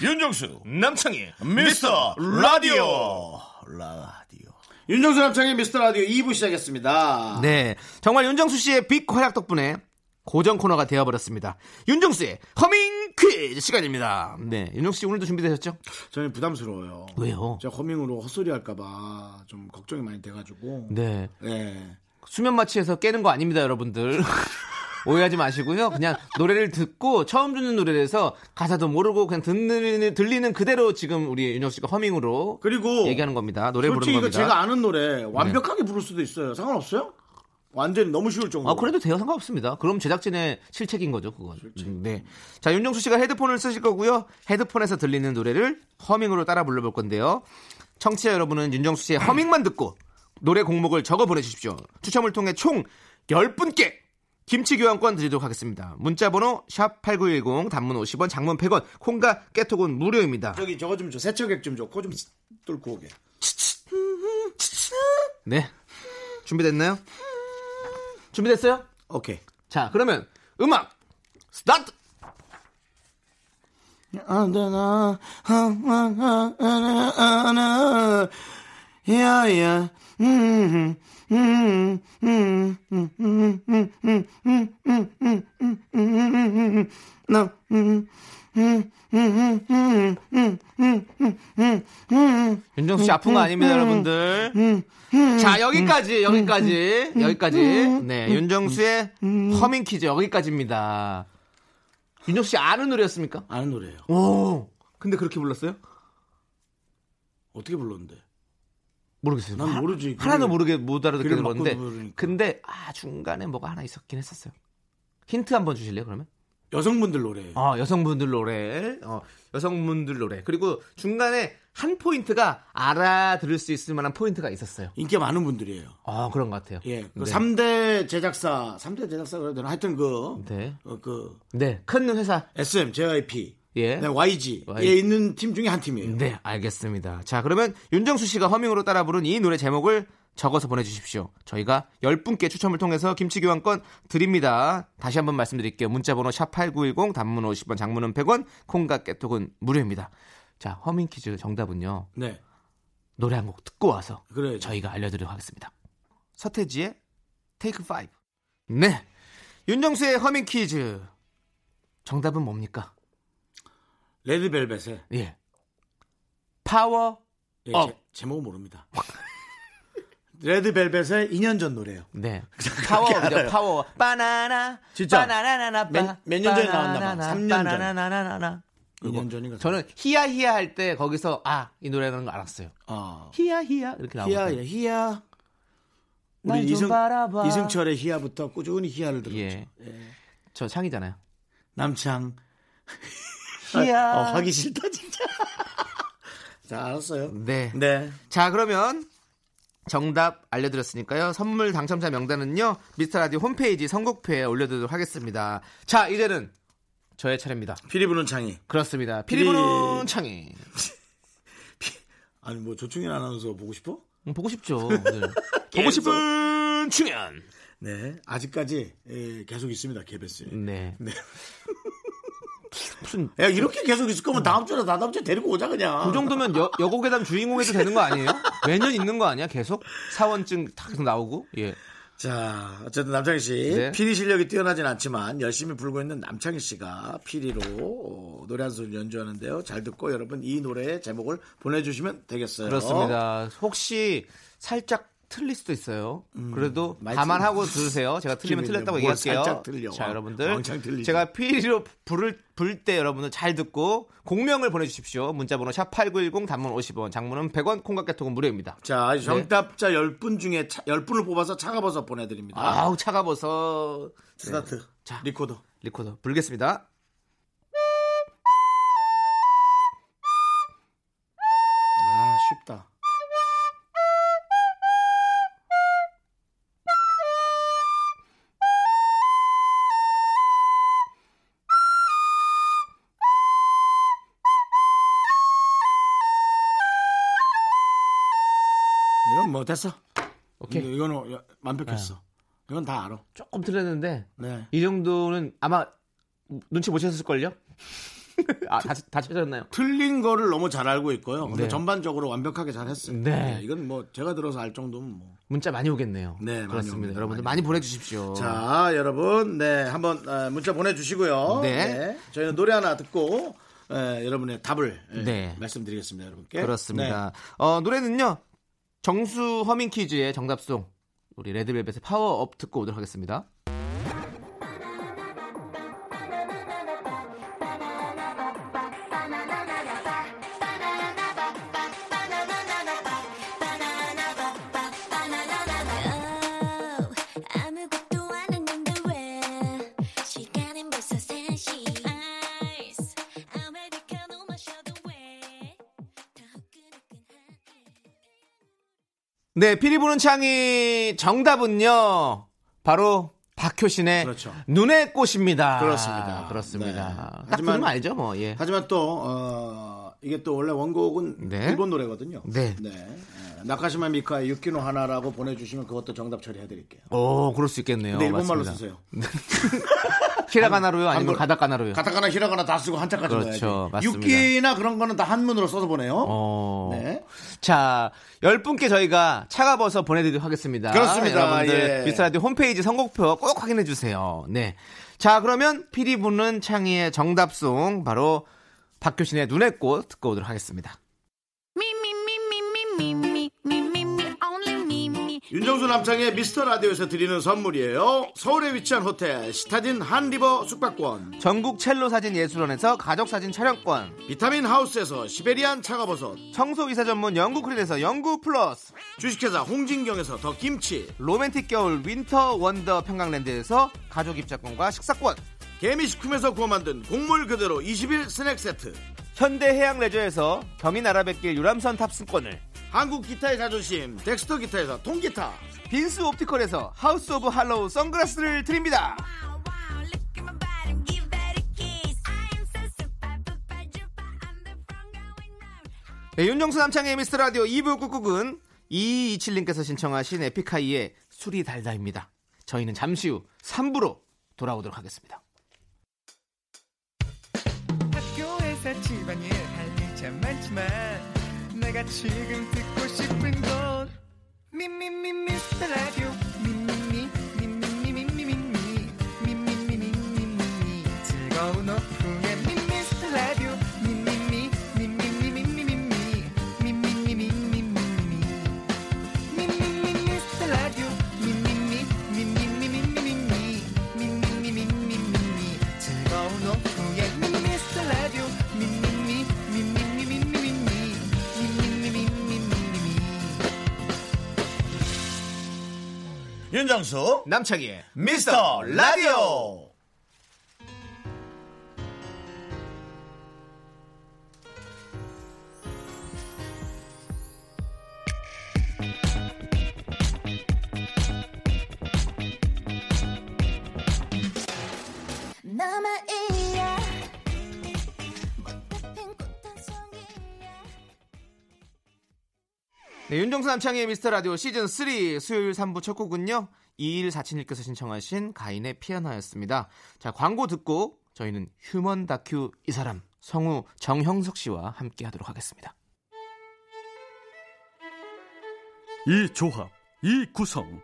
Speaker 5: 윤정수 남창희
Speaker 1: 미스터 라디오 라디오 윤정수 남창의 미스터 라디오 2부 시작했습니다.
Speaker 2: 네, 정말 윤정수 씨의 빅 활약 덕분에 고정 코너가 되어버렸습니다. 윤정수의 허밍 퀴즈 시간입니다. 네, 윤정수 씨 오늘도 준비되셨죠?
Speaker 1: 저는 부담스러워요.
Speaker 2: 왜요?
Speaker 1: 제가 허밍으로 헛소리 할까봐 좀 걱정이 많이 돼가지고.
Speaker 2: 네,
Speaker 1: 네.
Speaker 2: 수면 마취해서 깨는 거 아닙니다, 여러분들. 오해하지 마시고요. 그냥 노래를 듣고 처음 듣는 노래라서 가사도 모르고 그냥 듣는 들리는 그대로 지금 우리 윤정수 씨가 허밍으로
Speaker 1: 그리고
Speaker 2: 얘기하는 겁니다. 노래
Speaker 1: 솔직히
Speaker 2: 부르는
Speaker 1: 이거
Speaker 2: 겁니다. 네.
Speaker 1: 제가 아는 노래 완벽하게 부를 수도 있어요. 상관없어요? 완전히 너무 쉬울 정도.
Speaker 2: 아, 그래도 돼요. 상관없습니다. 그럼 제작진의 실책인 거죠, 그건. 음, 네. 자, 윤정수 씨가 헤드폰을 쓰실 거고요. 헤드폰에서 들리는 노래를 허밍으로 따라 불러볼 건데요. 청취자 여러분은 윤정수 씨의 허밍만 듣고 노래 곡목을 적어 보내주십시오. 추첨을 통해 총 10분께 김치 교환권 드리도록 하겠습니다. 문자 번호 샵8910 단문 50원, 장문 100원, 콩과 깨톡은 무료입니다.
Speaker 1: 저기 저거 좀 줘. 세척액 좀 줘. 코 좀 뚫고 오게.
Speaker 2: 네. 준비됐나요? 준비됐어요?
Speaker 1: 오케이.
Speaker 2: 자, 그러면 음악 스타트!
Speaker 1: 안되나 하마나 야야
Speaker 2: 윤정수 씨 아픈 거 아닙니다, 여러분들. 자, 여기까지, 여기까지, 여기까지. 네, 윤정수의 허밍 퀴즈 여기까지입니다. 윤정수 씨 아는 노래였습니까?
Speaker 1: 아는 노래예요.
Speaker 2: 오, 근데 그렇게 불렀어요?
Speaker 1: 어떻게 불렀는데?
Speaker 2: 모르겠어요.
Speaker 1: 난
Speaker 2: 하-
Speaker 1: 모르지.
Speaker 2: 하나도
Speaker 1: 그게-
Speaker 2: 모르게 못 알아듣겠는
Speaker 1: 그래도 막
Speaker 2: 건데.
Speaker 1: 부르니까.
Speaker 2: 근데, 아, 중간에 뭐가 하나 있었긴 했었어요. 힌트 한번 주실래요, 그러면?
Speaker 1: 여성분들 노래예요.
Speaker 2: 어, 여성분들 노래, 어, 여성분들 노래. 그리고 중간에 한 포인트가 알아들을 수 있을 만한 포인트가 있었어요.
Speaker 1: 인기 많은 분들이에요.
Speaker 2: 아, 그런 것 같아요.
Speaker 1: 예. 그
Speaker 2: 네.
Speaker 1: 3대 제작사, 3대 제작사 그래도 되나? 하여튼 그,
Speaker 2: 네.
Speaker 1: 어, 그,
Speaker 2: 네, 큰 회사.
Speaker 1: SM, JYP,
Speaker 2: 예.
Speaker 1: 네, YG,
Speaker 2: YG.
Speaker 1: 예, 있는 팀 중에 한 팀이에요.
Speaker 2: 네, 알겠습니다. 자, 그러면 윤정수 씨가 허밍으로 따라 부른 이 노래 제목을 적어서 보내주십시오. 저희가 10분께 추첨을 통해서 김치 교환권 드립니다. 다시 한번 말씀드릴게요. 문자번호 샵8910 단문 50원 장문은 100원 콩과 깨톡은 무료입니다. 자, 허밍 퀴즈 정답은요.
Speaker 1: 네.
Speaker 2: 노래 한 곡 듣고 와서
Speaker 1: 그래요.
Speaker 2: 저희가 알려드리도록 하겠습니다. 서태지의 테이크 5. 네. 윤정수의 허밍 퀴즈. 정답은 뭡니까?
Speaker 1: 레드벨벳의
Speaker 2: 예. 파워
Speaker 1: 예,
Speaker 2: 업.
Speaker 1: 제, 제목은 모릅니다. 레드벨벳의 2년 전 노래예요.
Speaker 2: 네. 파워업이죠. 파워. 바나나.
Speaker 1: 진짜.
Speaker 2: 바나나나나.
Speaker 1: 몇- 몇년 전에 나왔나 봐.
Speaker 2: 바나나나,
Speaker 1: 삼년 전에.
Speaker 2: 바나나나나나.
Speaker 1: 2년 전인가?
Speaker 2: 저는 히야히야 할 때 거기서 아, 이 노래라는 거 알았어요.
Speaker 1: 아,
Speaker 2: 히야히야 이렇게 나오고.
Speaker 1: 히야, 예, 히야.
Speaker 2: 날
Speaker 1: 우리
Speaker 2: 좀
Speaker 1: 이승,
Speaker 2: 바라봐.
Speaker 1: 이승철의 히야부터 꾸준히 히야를 들었죠.
Speaker 2: 예. 저 창이잖아요.
Speaker 1: 남창.
Speaker 2: 히야.
Speaker 1: 어, 하기 싫다, 진짜. 자, 알았어요.
Speaker 2: 네.
Speaker 1: 네.
Speaker 2: 자, 그러면 정답 알려드렸으니까요. 선물 당첨자 명단은요. 미스터라디오 홈페이지 선곡표에 올려드리도록 하겠습니다. 자, 이제는 저의 차례입니다.
Speaker 1: 피리 부는 창이. 예.
Speaker 2: 그렇습니다. 피리부는 창이.
Speaker 1: 아니 뭐 조충현 아나운서 보고 싶어?
Speaker 2: 음, 보고 싶죠. 늘. 보고 싶은 충현.
Speaker 1: 네. 아직까지 예, 계속 있습니다. KBS에.
Speaker 2: 네.
Speaker 1: 네.
Speaker 2: 무슨
Speaker 1: 야 이렇게 계속 있을 거면 다음 주나 다다음 주에 데리고 오자 그냥.
Speaker 2: 그 정도면 여, 여고괴담 주인공에도 되는 거 아니에요? 매년 있는 거 아니야? 계속 사원증 다 계속 나오고 예.
Speaker 1: 자, 어쨌든 남창희 씨
Speaker 2: 네.
Speaker 1: 피리 실력이 뛰어나진 않지만 열심히 불고 있는 남창희 씨가 피리로 어, 노래 한 소절 연주하는데요. 잘 듣고 여러분 이 노래의 제목을 보내주시면 되겠어요.
Speaker 2: 그렇습니다. 혹시 살짝 틀릴 수도 있어요. 그래도
Speaker 1: 많이
Speaker 2: 감안하고 들으세요. 제가 틀리면
Speaker 1: 틀리네.
Speaker 2: 틀렸다고
Speaker 1: 음, 뭘
Speaker 2: 얘기할게요.
Speaker 1: 살짝 틀려.
Speaker 2: 자,
Speaker 1: 왕-
Speaker 2: 여러분들.
Speaker 1: 왕창 틀리죠.
Speaker 2: 제가 피리로 부를, 부를 때 여러분들 잘 듣고 공명을 보내주십시오. 문자번호 샵8910 단문 50원, 장문은 100원, 콩깍개통은 무료입니다.
Speaker 1: 자, 정답자 10분 중에 차, 10분을 뽑아서 차가버섯 보내드립니다.
Speaker 2: 아우, 차가워서.
Speaker 1: 스타트.
Speaker 2: 자.
Speaker 1: 리코더.
Speaker 2: 리코더 불겠습니다.
Speaker 1: 아, 쉽다. 이건 뭐 됐어. 네,
Speaker 2: 오케이. 네.
Speaker 1: 이거- 이거는 야- 완벽했어. 이건 다 알아.
Speaker 2: 조금 틀렸는데
Speaker 1: 네.
Speaker 2: 이 정도는 아마 눈치 못 챘을걸요? 아, 다, 다 찾았나요?
Speaker 1: 틀린 거를 너무 잘 알고 있고요. 근데
Speaker 2: 네.
Speaker 1: 전반적으로 완벽하게 잘 했어요.
Speaker 2: 네.
Speaker 1: 이건 뭐 제가 들어서 알 정도면 뭐.
Speaker 2: 문자 많이 오겠네요.
Speaker 1: 네, 많이
Speaker 2: 그렇습니다.
Speaker 1: 옵니다.
Speaker 2: 여러분들
Speaker 1: 많이
Speaker 2: 많이 보내주십시오.
Speaker 1: 자, 여러분, 네, 한번 어, 문자 보내주시고요.
Speaker 2: 네.
Speaker 1: 저희는 노래 하나 듣고 에, 여러분의 답을 에,
Speaker 2: 네.
Speaker 1: 말씀드리겠습니다, 여러분께.
Speaker 2: 그렇습니다.
Speaker 1: 네.
Speaker 2: 어, 노래는요. 정수 허밍 퀴즈의 정답송. 우리 레드벨벳의 파워업 듣고 오도록 하겠습니다.
Speaker 6: Oh, 아무것도 안 했는데 왜 시간은 벌써 3시 Ice 아메리카노 마셔도 왜더 후끈후끈하게
Speaker 2: 네, 피리 부는 창이 정답은요. 바로 박효신의
Speaker 1: 그렇죠.
Speaker 2: 눈의 꽃입니다.
Speaker 1: 그렇습니다. 네.
Speaker 2: 그렇습니다. 딱
Speaker 1: 하지만-
Speaker 2: 들으면 알죠, 뭐. 예.
Speaker 1: 네. 하지만 또 어, 이게 또 원래 원곡은
Speaker 2: 네.
Speaker 1: 일본 노래거든요.
Speaker 2: 네.
Speaker 1: 에, 나카시마 미카의 유키노 하나라고 보내주시면 그것도 정답 처리해드릴게요.
Speaker 2: 오, 어, 그럴 수 있겠네요.
Speaker 1: 근데 일본말로
Speaker 2: 맞습니다.
Speaker 1: 쓰세요.
Speaker 2: 히라가나로요, 아니면
Speaker 1: 한글.
Speaker 2: 가다카나로요.
Speaker 1: 가타카나 히라가나 다 쓰고 한자까지
Speaker 2: 그렇죠.
Speaker 1: 넣어야지.
Speaker 2: 맞습니다.
Speaker 1: 유키나 그런 거는 다 한문으로 써서 보내요.
Speaker 2: 어.
Speaker 1: 네.
Speaker 2: 자, 10분께 저희가 차가버섯 보내드리도록 하겠습니다.
Speaker 1: 그렇습니다.
Speaker 2: 여러분들,
Speaker 1: 예.
Speaker 2: 미스터라디오 홈페이지 선곡표 꼭 확인해주세요. 네. 자, 그러면 피리 부는 창의의 정답송, 바로 박효신의 눈의 꽃 듣고 오도록 하겠습니다.
Speaker 6: Me, me, me, me, me, me, me, me, me, me, only me, me.
Speaker 1: 윤정수 남창의 미스터 라디오에서 드리는 선물이에요. 서울에 위치한 호텔 시타딘 한리버 숙박권,
Speaker 2: 전국 첼로 사진 예술원에서 가족사진 촬영권,
Speaker 1: 비타민 하우스에서 시베리안 차가버섯,
Speaker 2: 청소이사 전문 영국 크린에서 영국 플러스,
Speaker 1: 주식회사 홍진경에서 더 김치,
Speaker 2: 로맨틱 겨울 윈터 원더 평강랜드에서 가족 입자권과 식사권,
Speaker 1: 개미식품에서 구워 만든 곡물 그대로 20일 스낵 세트,
Speaker 2: 현대 해양 레저에서 경인아라뱃길 유람선 탑승권을,
Speaker 1: 한국 기타의 자존심 덱스터 기타에서 통기타,
Speaker 2: 빈스 옵티컬에서 하우스 오브 할로우 선글라스를 드립니다.
Speaker 6: Wow, wow, look at my body, give that a kiss. I am so super, super, duper, I'm the front going round.
Speaker 2: 네, 윤정수 남창의 미스터 라디오 2부 꾹꾹은 2227님께서 신청하신 에픽하이의 술이 달다입니다. 저희는 잠시 후 3부로 돌아오도록 하겠습니다.
Speaker 7: 학교에서 집안일 할 일 참 많지만 내가 지금 듣고 싶은 건 미미미 미스터 라디오 미미미 미미미 미미미 미미미 미미미 즐거운 오후에 미스터 라디오 미미미 미미미 미미미 미미미 미미미
Speaker 1: 윤정수
Speaker 2: 남창희의
Speaker 1: 미스터 라디오.
Speaker 6: 너만이야
Speaker 2: 네, 윤정수 남창의 미스터 라디오 시즌 3 수요일 3부 첫 곡은요. 2147님께서 신청하신 가인의 피아노였습니다. 자, 광고 듣고 저희는 휴먼 다큐 이 사람 성우 정형석 씨와 함께 하도록 하겠습니다.
Speaker 5: 이 조합, 이 구성.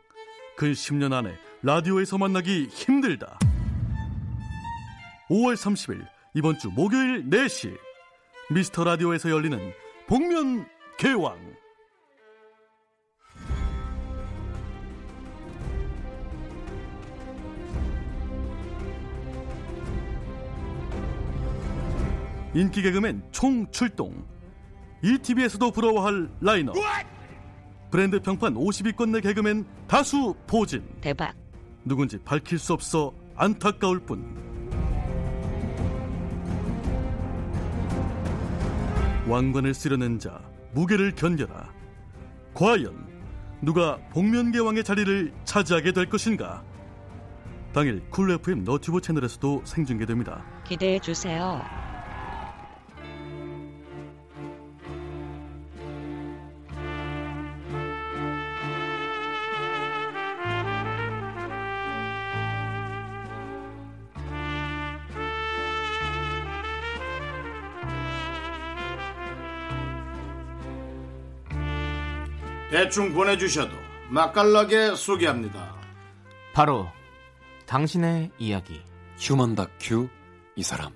Speaker 5: 근 10년 안에 라디오에서 만나기 힘들다. 5월 30일, 이번 주 목요일 4시. 미스터 라디오에서 열리는 복면 개왕. 인기 개그맨 총 출동. ETV에서도 부러워할 라인업. 브랜드 평판 50위권 내 개그맨 다수 포진
Speaker 4: 대박.
Speaker 5: 누군지 밝힐 수 없어 안타까울 뿐 왕관을 쓰려는 자 무게를 견뎌라 과연 누가 복면개왕의 자리를 차지하게 될 것인가 당일 쿨FM 너튜브 채널에서도 생중계됩니다
Speaker 4: 기대해 주세요.
Speaker 1: 대충 보내주셔도 맛깔나게 소개합니다.
Speaker 2: 바로 당신의 이야기.
Speaker 8: 휴먼 다큐 이 사람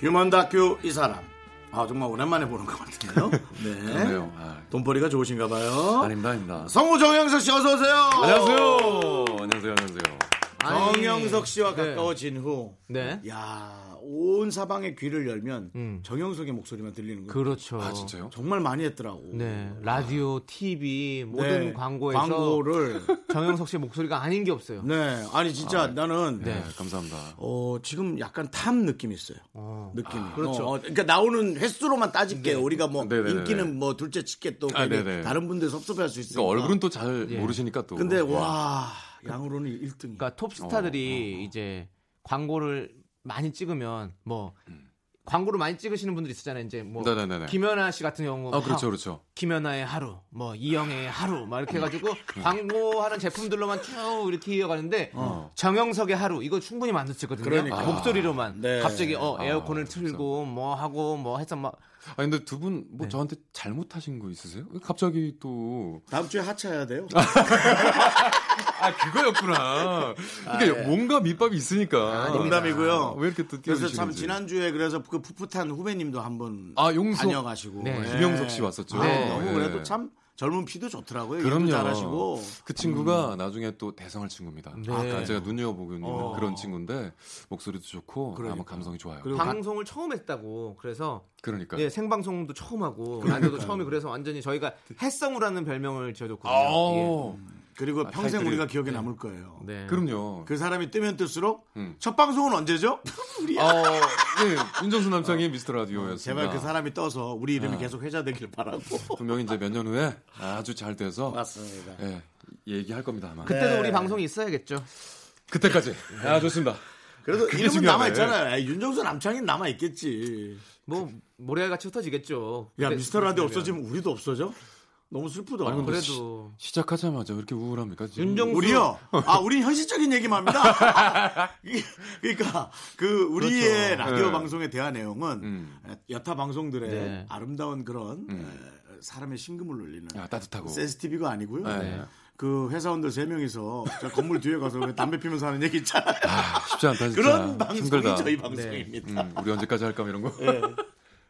Speaker 1: 휴먼 다큐 이 사람. 아 정말 오랜만에 보는 것 같은데요. 네.
Speaker 8: 그래요 아,
Speaker 1: 돈벌이가 좋으신가 봐요.
Speaker 8: 아닙니다 아닙니다
Speaker 1: 성우 정영석 씨 어서 오세요.
Speaker 8: 안녕하세요 안녕하세요 안녕하세요
Speaker 1: 정영석 씨와 가까워진 후.
Speaker 2: 네.
Speaker 1: 야, 온 사방의 귀를 열면
Speaker 2: 음.
Speaker 1: 정영석의 목소리만 들리는 거예요.
Speaker 2: 그렇죠.
Speaker 8: 아 진짜요
Speaker 1: 정말 많이 했더라고.
Speaker 2: 네. 라디오, TV 모든
Speaker 1: 네,
Speaker 2: 광고에서
Speaker 1: 광고를
Speaker 2: 정영석 씨의 목소리가 아닌 게 없어요.
Speaker 1: 네. 아니 진짜 나는
Speaker 8: 네, 감사합니다
Speaker 1: 어, 지금 약간 탐 느낌이 있어요.
Speaker 2: 어.
Speaker 1: 느낌이.
Speaker 2: 그렇죠.
Speaker 1: 어, 어, 그러니까 나오는 횟수로만 따질게요. 우리가 뭐
Speaker 8: 아. 네네네.
Speaker 1: 인기는 뭐 둘째 치게 또
Speaker 8: 아,
Speaker 1: 괜히
Speaker 8: 네네.
Speaker 1: 다른 분들 섭섭해할 수 있으니까.
Speaker 8: 그러니까 얼굴은 또 잘 모르시니까 또
Speaker 1: 근데 와, 양으로는 1등이야.
Speaker 2: 그러니까 톱스타들이 이제 광고를 많이 찍으면 뭐 광고를 많이 찍으시는 분들 있었잖아요. 이제 뭐
Speaker 8: 네네네네.
Speaker 2: 김연아 씨 같은 경우
Speaker 8: 아 그렇죠
Speaker 2: 하-
Speaker 8: 그렇죠
Speaker 2: 김연아의 하루, 뭐 이영애의 하루, 막 이렇게 해가지고 광고하는 제품들로만 쭉 이렇게 이어가는데 정영석의 하루 이거 충분히 만들었거든요.
Speaker 1: 그러니까.
Speaker 2: 목소리로만
Speaker 1: 네.
Speaker 2: 갑자기 어 에어컨을
Speaker 8: 아,
Speaker 2: 틀고 뭐 하고 뭐 해서 막
Speaker 8: 아 근데 두 분 뭐 저한테 잘못하신 거 있으세요 왜 갑자기 또
Speaker 1: 다음 주에 하차해야 돼요.
Speaker 8: 아 그거였구나. 그러니까 뭔가 밑밥이 있으니까.
Speaker 1: 예.
Speaker 8: 아,
Speaker 1: 농담이고요.
Speaker 8: 왜 이렇게 또
Speaker 1: 그래서 참
Speaker 8: 띄워주시는지.
Speaker 1: 지난주에 그래서 그 풋풋한 후배님도 한번
Speaker 8: 아, 용서.
Speaker 1: 다녀가시고
Speaker 2: 네.
Speaker 1: 예.
Speaker 8: 김영석 씨 왔었죠.
Speaker 1: 아,
Speaker 2: 네.
Speaker 1: 너무
Speaker 8: 예.
Speaker 1: 그래도 참 젊은 피도 좋더라고요.
Speaker 8: 그럼요.
Speaker 1: 일도 잘하시고 음.
Speaker 8: 그 친구가 나중에 또 대성할 친구입니다.
Speaker 2: 네.
Speaker 8: 아까 제가 눈여겨보고 있는
Speaker 1: 어.
Speaker 8: 그런 친구인데 목소리도 좋고 아마
Speaker 1: 그러니까요.
Speaker 8: 감성이 좋아요.
Speaker 1: 그리고 방-
Speaker 2: 방송을 처음 했다고 그래서
Speaker 8: 그러니까.
Speaker 2: 예, 생방송도 처음 하고
Speaker 1: 그러니까.
Speaker 2: 라디오도 처음이 그래서 완전히 저희가 햇성우라는 별명을 지어줬거든요. 예.
Speaker 8: 아,
Speaker 1: 그리고
Speaker 8: 아,
Speaker 1: 평생
Speaker 8: 타이틀이-
Speaker 1: 우리가 기억에 남을 거예요.
Speaker 2: 네.
Speaker 8: 그럼요.
Speaker 1: 그 사람이 뜨면 뜰수록
Speaker 8: 음.
Speaker 1: 첫 방송은 언제죠? 우리
Speaker 8: 아, 네, 윤정수 남창의 미스터 라디오였습니다.
Speaker 1: 제발 그 사람이 떠서 우리
Speaker 8: 아.
Speaker 1: 이름이 계속 회자되길 바라고.
Speaker 8: 분명히 이제 몇 년 후에 아주 잘 돼서
Speaker 1: 맞습니다.
Speaker 8: 예, 얘기할 겁니다 아마.
Speaker 2: 그때도
Speaker 1: 네.
Speaker 2: 우리 방송이 있어야겠죠.
Speaker 8: 그때까지. 아 좋습니다.
Speaker 1: 그래도
Speaker 8: 그게
Speaker 1: 이름은
Speaker 8: 중요하네.
Speaker 1: 남아 있잖아요. 윤정수 남창인 남아 있겠지.
Speaker 2: 뭐 모래알같이 흩어지겠죠.
Speaker 1: 야
Speaker 2: 그때-
Speaker 1: 미스터 라디오 없어지면 우리도 없어져? 너무 슬프다.
Speaker 8: 아니, 근데
Speaker 2: 그래도
Speaker 8: 시작하자마자 왜 이렇게 우울합니까? 지금?
Speaker 2: 윤정수
Speaker 1: 우리요? 아, 우린 현실적인 얘기만 합니다. 그러니까, 그, 우리의 라디오
Speaker 8: 네. 음.
Speaker 1: 방송에 대한 내용은 여타 방송들의
Speaker 2: 네.
Speaker 1: 아름다운 그런 에, 사람의 심금을 울리는
Speaker 8: 아, 따뜻하고.
Speaker 1: 센스티비가 아니고요.
Speaker 8: 네.
Speaker 1: 그 회사원들 세명이서 건물 뒤에 가서 왜 담배 피면서 하는 얘기 있잖아요.
Speaker 8: 쉽지 않다 진짜.
Speaker 1: 그런 방송이 예.
Speaker 8: 힘들다.
Speaker 1: 저희 방송입니다.
Speaker 8: 음, 우리 언제까지 할까 이런 거.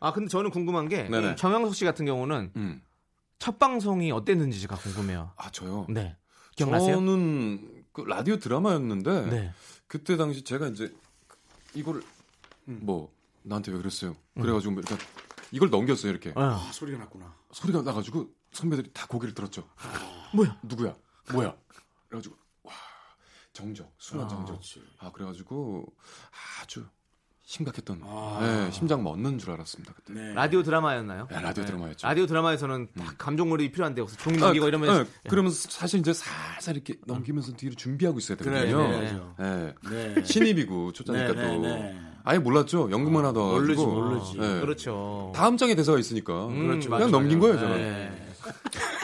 Speaker 2: 아 근데 저는 궁금한 게
Speaker 8: 네네.
Speaker 2: 정영석 씨 같은 경우는
Speaker 8: 음.
Speaker 2: 첫 방송이 어땠는지가 궁금해요.
Speaker 8: 아 저요.
Speaker 2: 네. 기억나세요?
Speaker 8: 저는 그 라디오 드라마였는데
Speaker 2: 네.
Speaker 8: 그때 당시 제가 이제 이거를 뭐 나한테 왜 그랬어요. 그래가지고 뭐 이렇게 이걸 넘겼어요 이렇게
Speaker 2: 음. 어.
Speaker 1: 아, 소리가 났구나.
Speaker 8: 소리가 나가지고 선배들이 다 고개를 들었죠.
Speaker 2: 아, 뭐야?
Speaker 8: 누구야? 뭐야? 그래가지고 와 정적 순한 정적. 아 그래가지고 아주 심각했던
Speaker 1: 아.
Speaker 8: 네, 심장 멎는 줄 알았습니다 그때.
Speaker 1: 네.
Speaker 2: 라디오 드라마였나요?
Speaker 8: 네, 라디오 드라마였죠. 음.
Speaker 2: 라디오 드라마에서는 다 감정 몰입이 필요한데 여기서 종
Speaker 8: 아,
Speaker 2: 넘기고 이러면
Speaker 8: 네, 그러면서 사실 이제 살살 이렇게 넘기면서 뒤로 준비하고 있어야
Speaker 1: 그래요.
Speaker 8: 되거든요.
Speaker 1: 그래요.
Speaker 8: 네.
Speaker 1: 네.
Speaker 8: 신입이고 초짜니까
Speaker 1: 네, 네,
Speaker 8: 또
Speaker 1: 네.
Speaker 8: 아예 몰랐죠. 연극만 하다
Speaker 1: 모르지,
Speaker 8: 가지고.
Speaker 1: 모르지. 음,
Speaker 8: 네.
Speaker 2: 어. 그렇죠.
Speaker 8: 다음 장에 대사가 있으니까
Speaker 2: 그렇죠.
Speaker 8: 그냥
Speaker 2: 맞아요.
Speaker 8: 넘긴 거예요 저는.
Speaker 2: 네.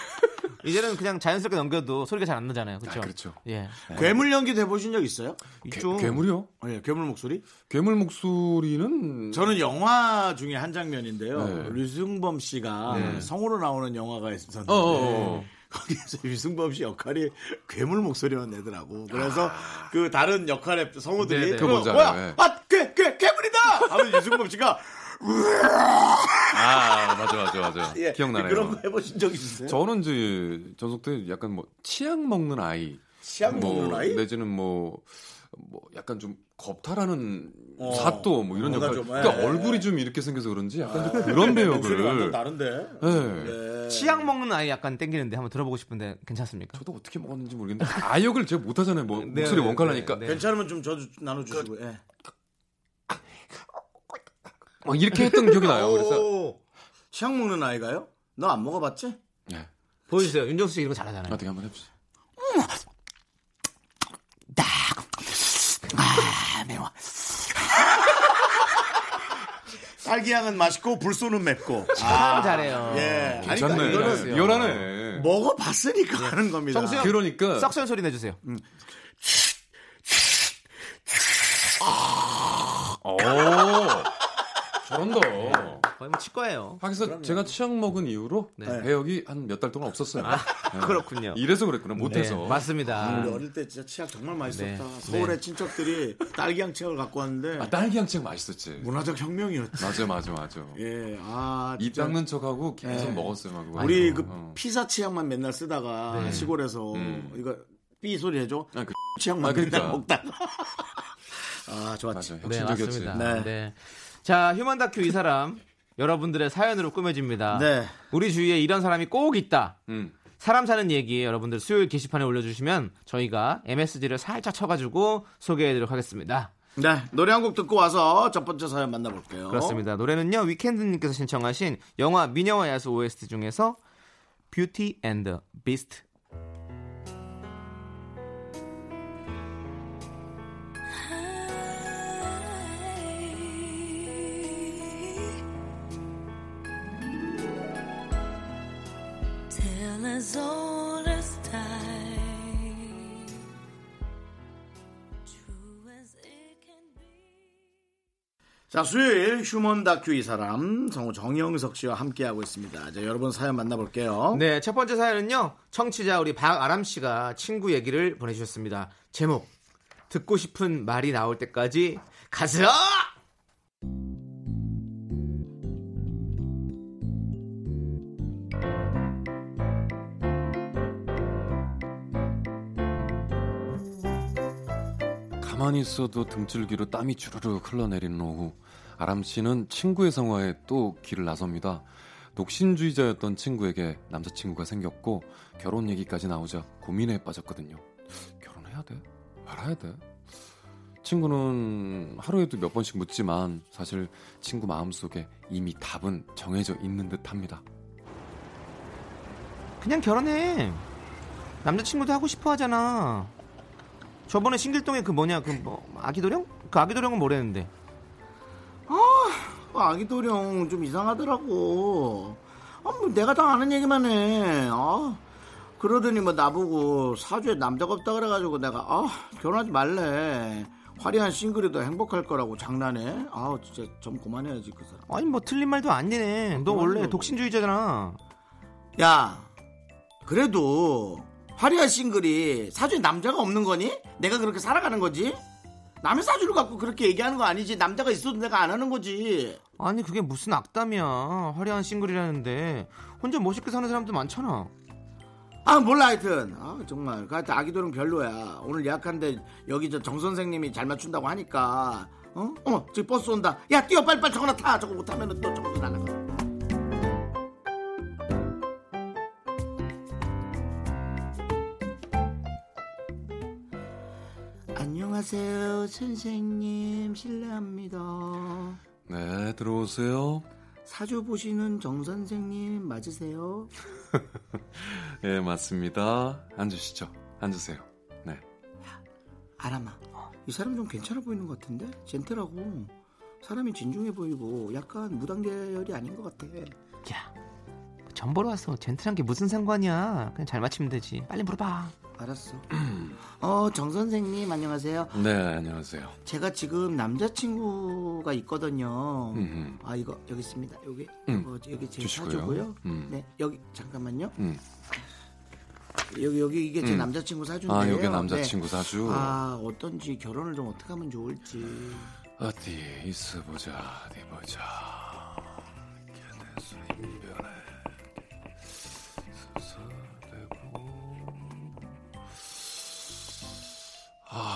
Speaker 2: 이제는 그냥 자연스럽게 넘겨도 소리가 잘 안 나잖아요. 그렇죠?
Speaker 8: 아, 그렇죠.
Speaker 2: 예.
Speaker 1: 괴물 연기 돼보신 적 있어요?
Speaker 8: 괴,
Speaker 2: 좀-
Speaker 8: 괴물이요?
Speaker 1: 네, 괴물 목소리?
Speaker 8: 괴물 목소리는
Speaker 1: 저는 영화 중에 한 장면인데요.
Speaker 8: 네.
Speaker 1: 류승범 씨가 성우로 나오는 영화가 있었는데
Speaker 8: 어, 어, 어.
Speaker 1: 거기에서 류승범 씨 역할이 괴물 목소리만 내더라고. 그래서 그 다른 역할의 성우들이
Speaker 2: 네네.
Speaker 1: 그거
Speaker 8: 아. 그거 뭔지
Speaker 1: 뭐야?
Speaker 8: 알아요, 예.
Speaker 1: 아, 괴, 괴, 괴물이다! 하면 류승범 씨가
Speaker 8: 아 맞아 맞아 맞아
Speaker 1: 예,
Speaker 8: 기억나네요.
Speaker 1: 그런 거 해보신 적 있으세요?
Speaker 8: 저는 이제 전속 때 약간 뭐 치약 먹는 아이,
Speaker 1: 치약 먹는
Speaker 8: 뭐,
Speaker 1: 아이?
Speaker 8: 내지는 뭐. 뭐 약간 좀 겁탈하는
Speaker 1: 어.
Speaker 8: 사또 뭐 이런
Speaker 1: 뭔가
Speaker 8: 역할
Speaker 1: 좀,
Speaker 8: 그러니까
Speaker 1: 예. 아,
Speaker 8: 얼굴이 좀 이렇게 생겨서 그런지 약간 좀 그런
Speaker 1: 목소리가
Speaker 8: 배역을
Speaker 1: 완전 다른데.
Speaker 8: 예.
Speaker 1: 네.
Speaker 2: 치약 먹는 아이 약간 땡기는데 한번 들어보고 싶은데 괜찮습니까?
Speaker 8: 저도 어떻게 먹었는지 모르겠는데 아역을 제가 못하잖아요 뭐
Speaker 2: 네,
Speaker 8: 목소리
Speaker 2: 네,
Speaker 8: 원칼라니까
Speaker 2: 네, 네.
Speaker 1: 괜찮으면 좀 저도 나눠주시고. 예.
Speaker 8: 막 어, 이렇게 했던 기억이 나요 그래서
Speaker 1: 오, 치약 먹는 아이가요? 너 안 먹어봤지?
Speaker 8: 예.
Speaker 2: 보여주세요. 윤정수 씨 이런 거 잘하잖아요.
Speaker 8: 어떻게 한번 해보세요
Speaker 1: 딸기향은 맛있고 불소는 맵고.
Speaker 8: 아,
Speaker 2: 참 잘해요.
Speaker 1: 예. 아니, 그러니까
Speaker 8: 괜찮네
Speaker 1: 이거는 아, 뭐,
Speaker 2: 이거는-
Speaker 8: 리얼하네
Speaker 1: 먹어봤으니까 하는 겁니다.
Speaker 2: 정수영.
Speaker 8: 그러니까
Speaker 2: 썩소연 소리 내주세요.
Speaker 8: 오 어. 저런다
Speaker 2: 거의 뭐 치과예요.
Speaker 8: 하기서 제가 치약 먹은 이후로
Speaker 1: 네.
Speaker 8: 네. 배역이 한 몇 달 동안 없었어요
Speaker 1: 아,
Speaker 8: 예.
Speaker 2: 그렇군요.
Speaker 8: 이래서 그랬구나 못해서 음.
Speaker 2: 네, 맞습니다.
Speaker 8: 아.
Speaker 1: 우리 어릴 때 진짜 치약 정말
Speaker 2: 네.
Speaker 1: 맛있었다. 서울에 친척들이 딸기향 치약을 갖고 왔는데
Speaker 8: 아, 딸기향 치약 맛있었지
Speaker 1: 문화적 혁명이었지.
Speaker 8: 맞아 맞아 맞아
Speaker 1: 예, 아
Speaker 8: 입
Speaker 1: 진짜
Speaker 8: 닦는 척하고 계속 먹었어요 막 예. 그거.
Speaker 1: 우리
Speaker 8: 아이고,
Speaker 1: 그
Speaker 8: 어. 네. 음.
Speaker 1: 피자 치약만 맨날 쓰다가 시골에서 이거 삐 소리 해줘.
Speaker 8: 아, 그
Speaker 1: 치약만
Speaker 8: 아, 그러니까.
Speaker 1: 맨날 먹다가. 아 좋았지.
Speaker 8: 맞아
Speaker 2: 네,
Speaker 8: 혁신적이었지
Speaker 2: 맞습니다.
Speaker 1: 네.
Speaker 2: 네. 자, 휴먼 다큐 이 사람 여러분들의 사연으로 꾸며집니다.
Speaker 1: 네.
Speaker 2: 우리 주위에 이런 사람이 꼭 있다.
Speaker 8: 음.
Speaker 2: 사람 사는 얘기 여러분들 수요일 게시판에 올려주시면 저희가 MSG를 살짝 쳐가지고 소개해드리도록 하겠습니다.
Speaker 1: 네 노래 한 곡 듣고 와서 첫 번째 사연 만나볼게요.
Speaker 8: 어?
Speaker 2: 그렇습니다. 노래는요 위켄드님께서 신청하신 영화 미녀와 야수 OST 중에서 뷰티 앤드 비스트.
Speaker 6: Tell us all this time. True as it can be.
Speaker 1: 자, 수요일 휴먼 다큐 이 사람 성우 정영석 씨와 함께하고 있습니다. 자, 여러분 사연
Speaker 8: 어?
Speaker 1: 만나볼게요.
Speaker 2: 네, 첫 번째 사연은요. 청취자 우리 박아람 씨가 친구 얘기를 보내주셨습니다. 제목 듣고 싶은 말이 나올 때까지 가세요.
Speaker 8: 가만히 있어도 등줄기로 땀이 주르륵 흘러내리는 오후 아람 씨는 친구의 성화에 또 길을 나섭니다. 독신주의자였던 친구에게 남자친구가 생겼고 결혼 얘기까지 나오자 고민에 빠졌거든요. 결혼해야 돼? 말아야 돼? 친구는 하루에도 몇 번씩 묻지만 사실 친구 마음속에 이미 답은 정해져 있는 듯합니다.
Speaker 2: 그냥 결혼해. 남자친구도 하고 싶어 하잖아. 저번에 신길동에 그 뭐냐 그 뭐 아기도령? 그 아기도령은 뭐랬는데?
Speaker 1: 어, 아기 도령 좀 이상하더라고. 아, 뭐 내가 다 아는 얘기만 해. 아, 그러더니 뭐 나보고 사주에 남자가 없다 그래가지고 내가 아 결혼하지 말래. 화려한 싱글이 더 행복할 거라고 장난해. 아 진짜 좀 그만해야지 그 사람.
Speaker 2: 아니 뭐 틀린 말도 아니네. 너 원래 독신주의자잖아.
Speaker 1: 야, 그래도 화려한 싱글이 사주에 남자가 없는 거니? 내가 그렇게 살아가는 거지? 남의 사주를 갖고 그렇게 얘기하는 거 아니지? 남자가 있어도 내가 안 하는 거지.
Speaker 2: 아니 그게 무슨 악담이야. 화려한 싱글이라는데 혼자 멋있게 사는 사람도 많잖아.
Speaker 1: 아 몰라 하여튼 아 정말 그 하여튼 아기돌은 별로야 오늘 예약한데 여기 저 정 선생님이 잘 맞춘다고 하니까 어? 어머 저기 버스 온다 야 뛰어 빨리빨리 저거나 타 저거 못하면 또 저것도 날아가 안녕하 안녕하세요, 선생님. 실례합니다.
Speaker 8: 네, 들어오세요.
Speaker 1: 사주 보시는 정 선생님 맞으세요?
Speaker 8: 예, 맞습니다. 앉으시죠. 앉으세요. 네.
Speaker 1: 아람아,
Speaker 8: 어.
Speaker 1: 이 사람 좀 괜찮아 보이는 것 같은데? 젠틀하고 사람이 진중해 보이고 약간 무당계열이 아닌 것 같아. 야, 전 보러 왔어. 젠틀한 게 무슨 상관이야? 그냥 잘 맞히면 되지. 빨리 물어봐. 알았어. 어, 정 선생님 안녕하세요.
Speaker 8: 네, 안녕하세요.
Speaker 1: 제가 지금 남자친구가 있거든요.
Speaker 8: 음,
Speaker 1: 아 이거 여기 있습니다. 여기
Speaker 8: 음.
Speaker 1: 이거 여기 제
Speaker 8: 주시고요.
Speaker 1: 사주고요.
Speaker 8: 음.
Speaker 1: 네 여기 잠깐만요.
Speaker 8: 음.
Speaker 1: 여기 여기 이게 제 남자친구 사주인데요.
Speaker 8: 아, 여기 남자친구
Speaker 1: 네.
Speaker 8: 사주.
Speaker 1: 아 어떤지 결혼을 좀 어떻게 하면 좋을지.
Speaker 8: 어디 있어 보자, 어디 보자. 걔네수 인변에 수술되고.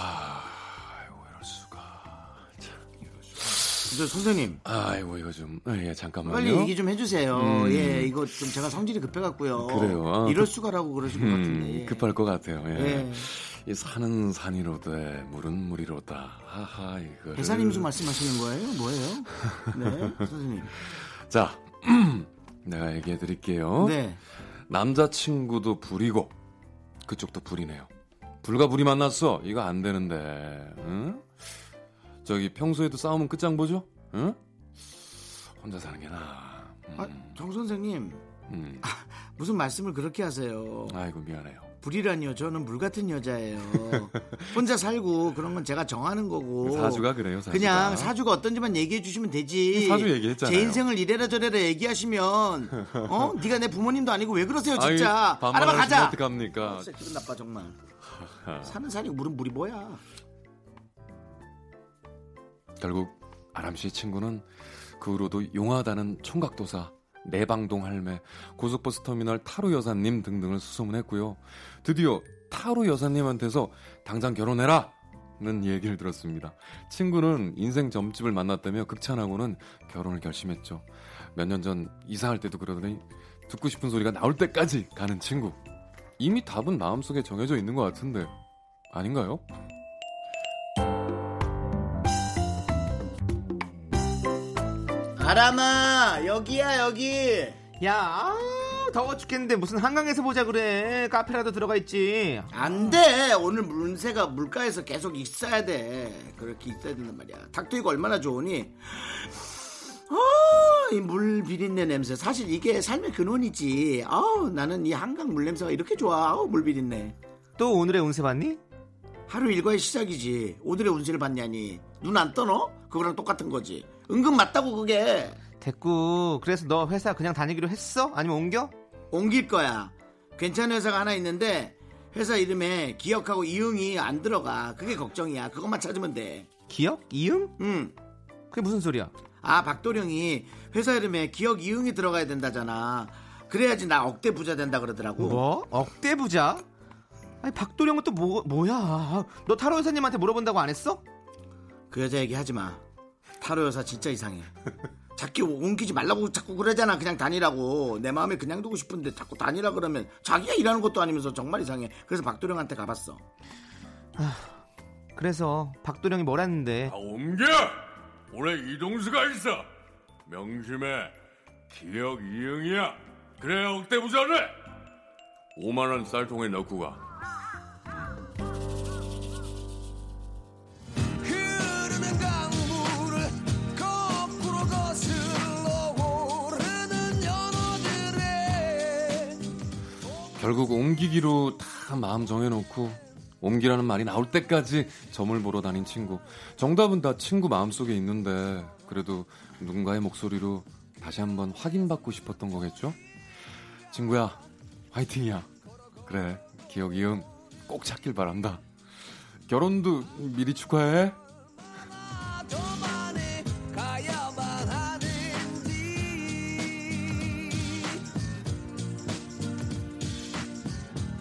Speaker 8: 아이고 이럴 수가. 참, 이럴 수가.
Speaker 9: 저 선생님
Speaker 8: 아이고 이거 좀, 아, 예 잠깐만요. 음.
Speaker 1: 빨리 얘기 좀 해주세요. 예 이거 좀 제가 성질이 급해갖고요.
Speaker 8: 그래요. 아,
Speaker 1: 이럴
Speaker 8: 급-
Speaker 1: 수가라고 그러신 것 같은데.
Speaker 8: 음, 급할 것 같아요. 예.
Speaker 1: 예.
Speaker 8: 이 산은 산이로되 물은 물이로다. 하하 이거.
Speaker 1: 배사님 좀 말씀하시는 거예요? 뭐예요? 네 선생님.
Speaker 8: 자, 내가 얘기해 드릴게요.
Speaker 1: 네.
Speaker 8: 남자친구도 불이고 그쪽도 불이네요. 불과 불이 만났어. 이거 안 되는데. 응? 저기 평소에도 싸움은 끝장 보죠? 응? 혼자 사는 게 나아. 음,
Speaker 1: 아정 선생님
Speaker 8: 음.
Speaker 1: 아. 무슨 말씀을 그렇게 하세요?
Speaker 8: 아이고 미안해요.
Speaker 1: 불이라니요. 저는 물 같은 여자예요. 혼자 살고 그런 건 제가 정하는 거고.
Speaker 8: 사주가 그래요, 사주가.
Speaker 1: 그냥 사주가 어떤지만 얘기해 주시면 되지.
Speaker 8: 사주 얘기했잖아요.
Speaker 1: 제 인생을 이래라 저래라 얘기하시면 어? 네가 내 부모님도 아니고 왜 그러세요, 진짜.
Speaker 8: 아이,
Speaker 1: 알아봐 가자.
Speaker 8: 어떡합니까?
Speaker 1: 진짜 기분 나빠 정말. 사는 산이고 물은 물이 뭐야?
Speaker 8: 결국 아람 씨 친구는 그 후로도 용하다는 총각도사, 내방동 할매, 고속버스 터미널 타로 여사님 등등을 수소문했고요. 드디어 타로 여사님한테서 당장 결혼해라! 는 얘기를 들었습니다. 친구는 인생 점집을 만났다며 극찬하고는 결혼을 결심했죠. 몇 년 전 이사할 때도 그러더니 듣고 싶은 소리가 나올 때까지 가는 친구. 이미 답은 마음속에 정해져 있는 것 같은데 아닌가요?
Speaker 1: 아람아 여기야 여기.
Speaker 2: 야, 아, 더워 죽겠는데 무슨 한강에서 보자 그래. 카페라도 들어가 있지.
Speaker 1: 안 돼. 오늘 문세가 물가에서 계속 있어야 돼. 그렇게 있어야 된단 말이야. 닭도이가 얼마나 좋으니? 아, 이 물 비린내 냄새. 사실 이게 삶의 근원이지. 아우, 나는 이 한강 물 냄새가 이렇게 좋아. 아우, 물 비린내.
Speaker 2: 또 오늘의 운세 봤니?
Speaker 1: 하루 일과의 시작이지. 오늘의 운세를 봤냐니. 눈 안 떠너? 그거랑 똑같은 거지. 은근 맞다고 그게.
Speaker 2: 됐고. 그래서 너 회사 그냥 다니기로 했어? 아니면 옮겨?
Speaker 1: 옮길 거야. 괜찮은 회사가 하나 있는데 회사 이름에 기억하고 이응이 안 들어가. 그게 걱정이야. 그것만 찾으면 돼.
Speaker 2: 기억? 이응?
Speaker 1: 응.
Speaker 2: 그게 무슨 소리야?
Speaker 1: 아 박도령이 회사 이름에 기억 이응이 들어가야 된다잖아. 그래야지 나 억대 부자 된다 그러더라고.
Speaker 2: 뭐? 억대 부자? 아니 박도령은 또 뭐, 뭐야? 너 타로 회사님한테 물어본다고 안 했어?
Speaker 1: 그 여자 얘기 하지 마. 타로 여사 진짜 이상해. 자꾸 옮기지 말라고 자꾸 그러잖아. 그냥 다니라고. 내 마음에 그냥 두고 싶은데 자꾸 다니라 그러면 자기가 일하는 것도 아니면서 정말 이상해. 그래서 박도령한테 가봤어.
Speaker 2: 그래서 박도령이 뭐라는데?
Speaker 5: 아, 옮겨! 올해 이동수가 있어. 명심해. 기억 이응이야. 그래야 억대부자네. 5만원 쌀통에 넣고 가.
Speaker 7: 흐르는 강물을 거꾸로 거슬러 오르는 연어들의
Speaker 8: 결국 옮기기로 다 마음 정해놓고 옮기라는 말이 나올 때까지 점을 보러 다닌 친구. 정답은 다 친구 마음속에 있는데 그래도 누군가의 목소리로 다시 한번 확인받고 싶었던 거겠죠? 친구야, 화이팅이야. 그래, 기억 이음 꼭 찾길 바란다. 결혼도 미리 축하해.
Speaker 7: 도만에 가야만 하는지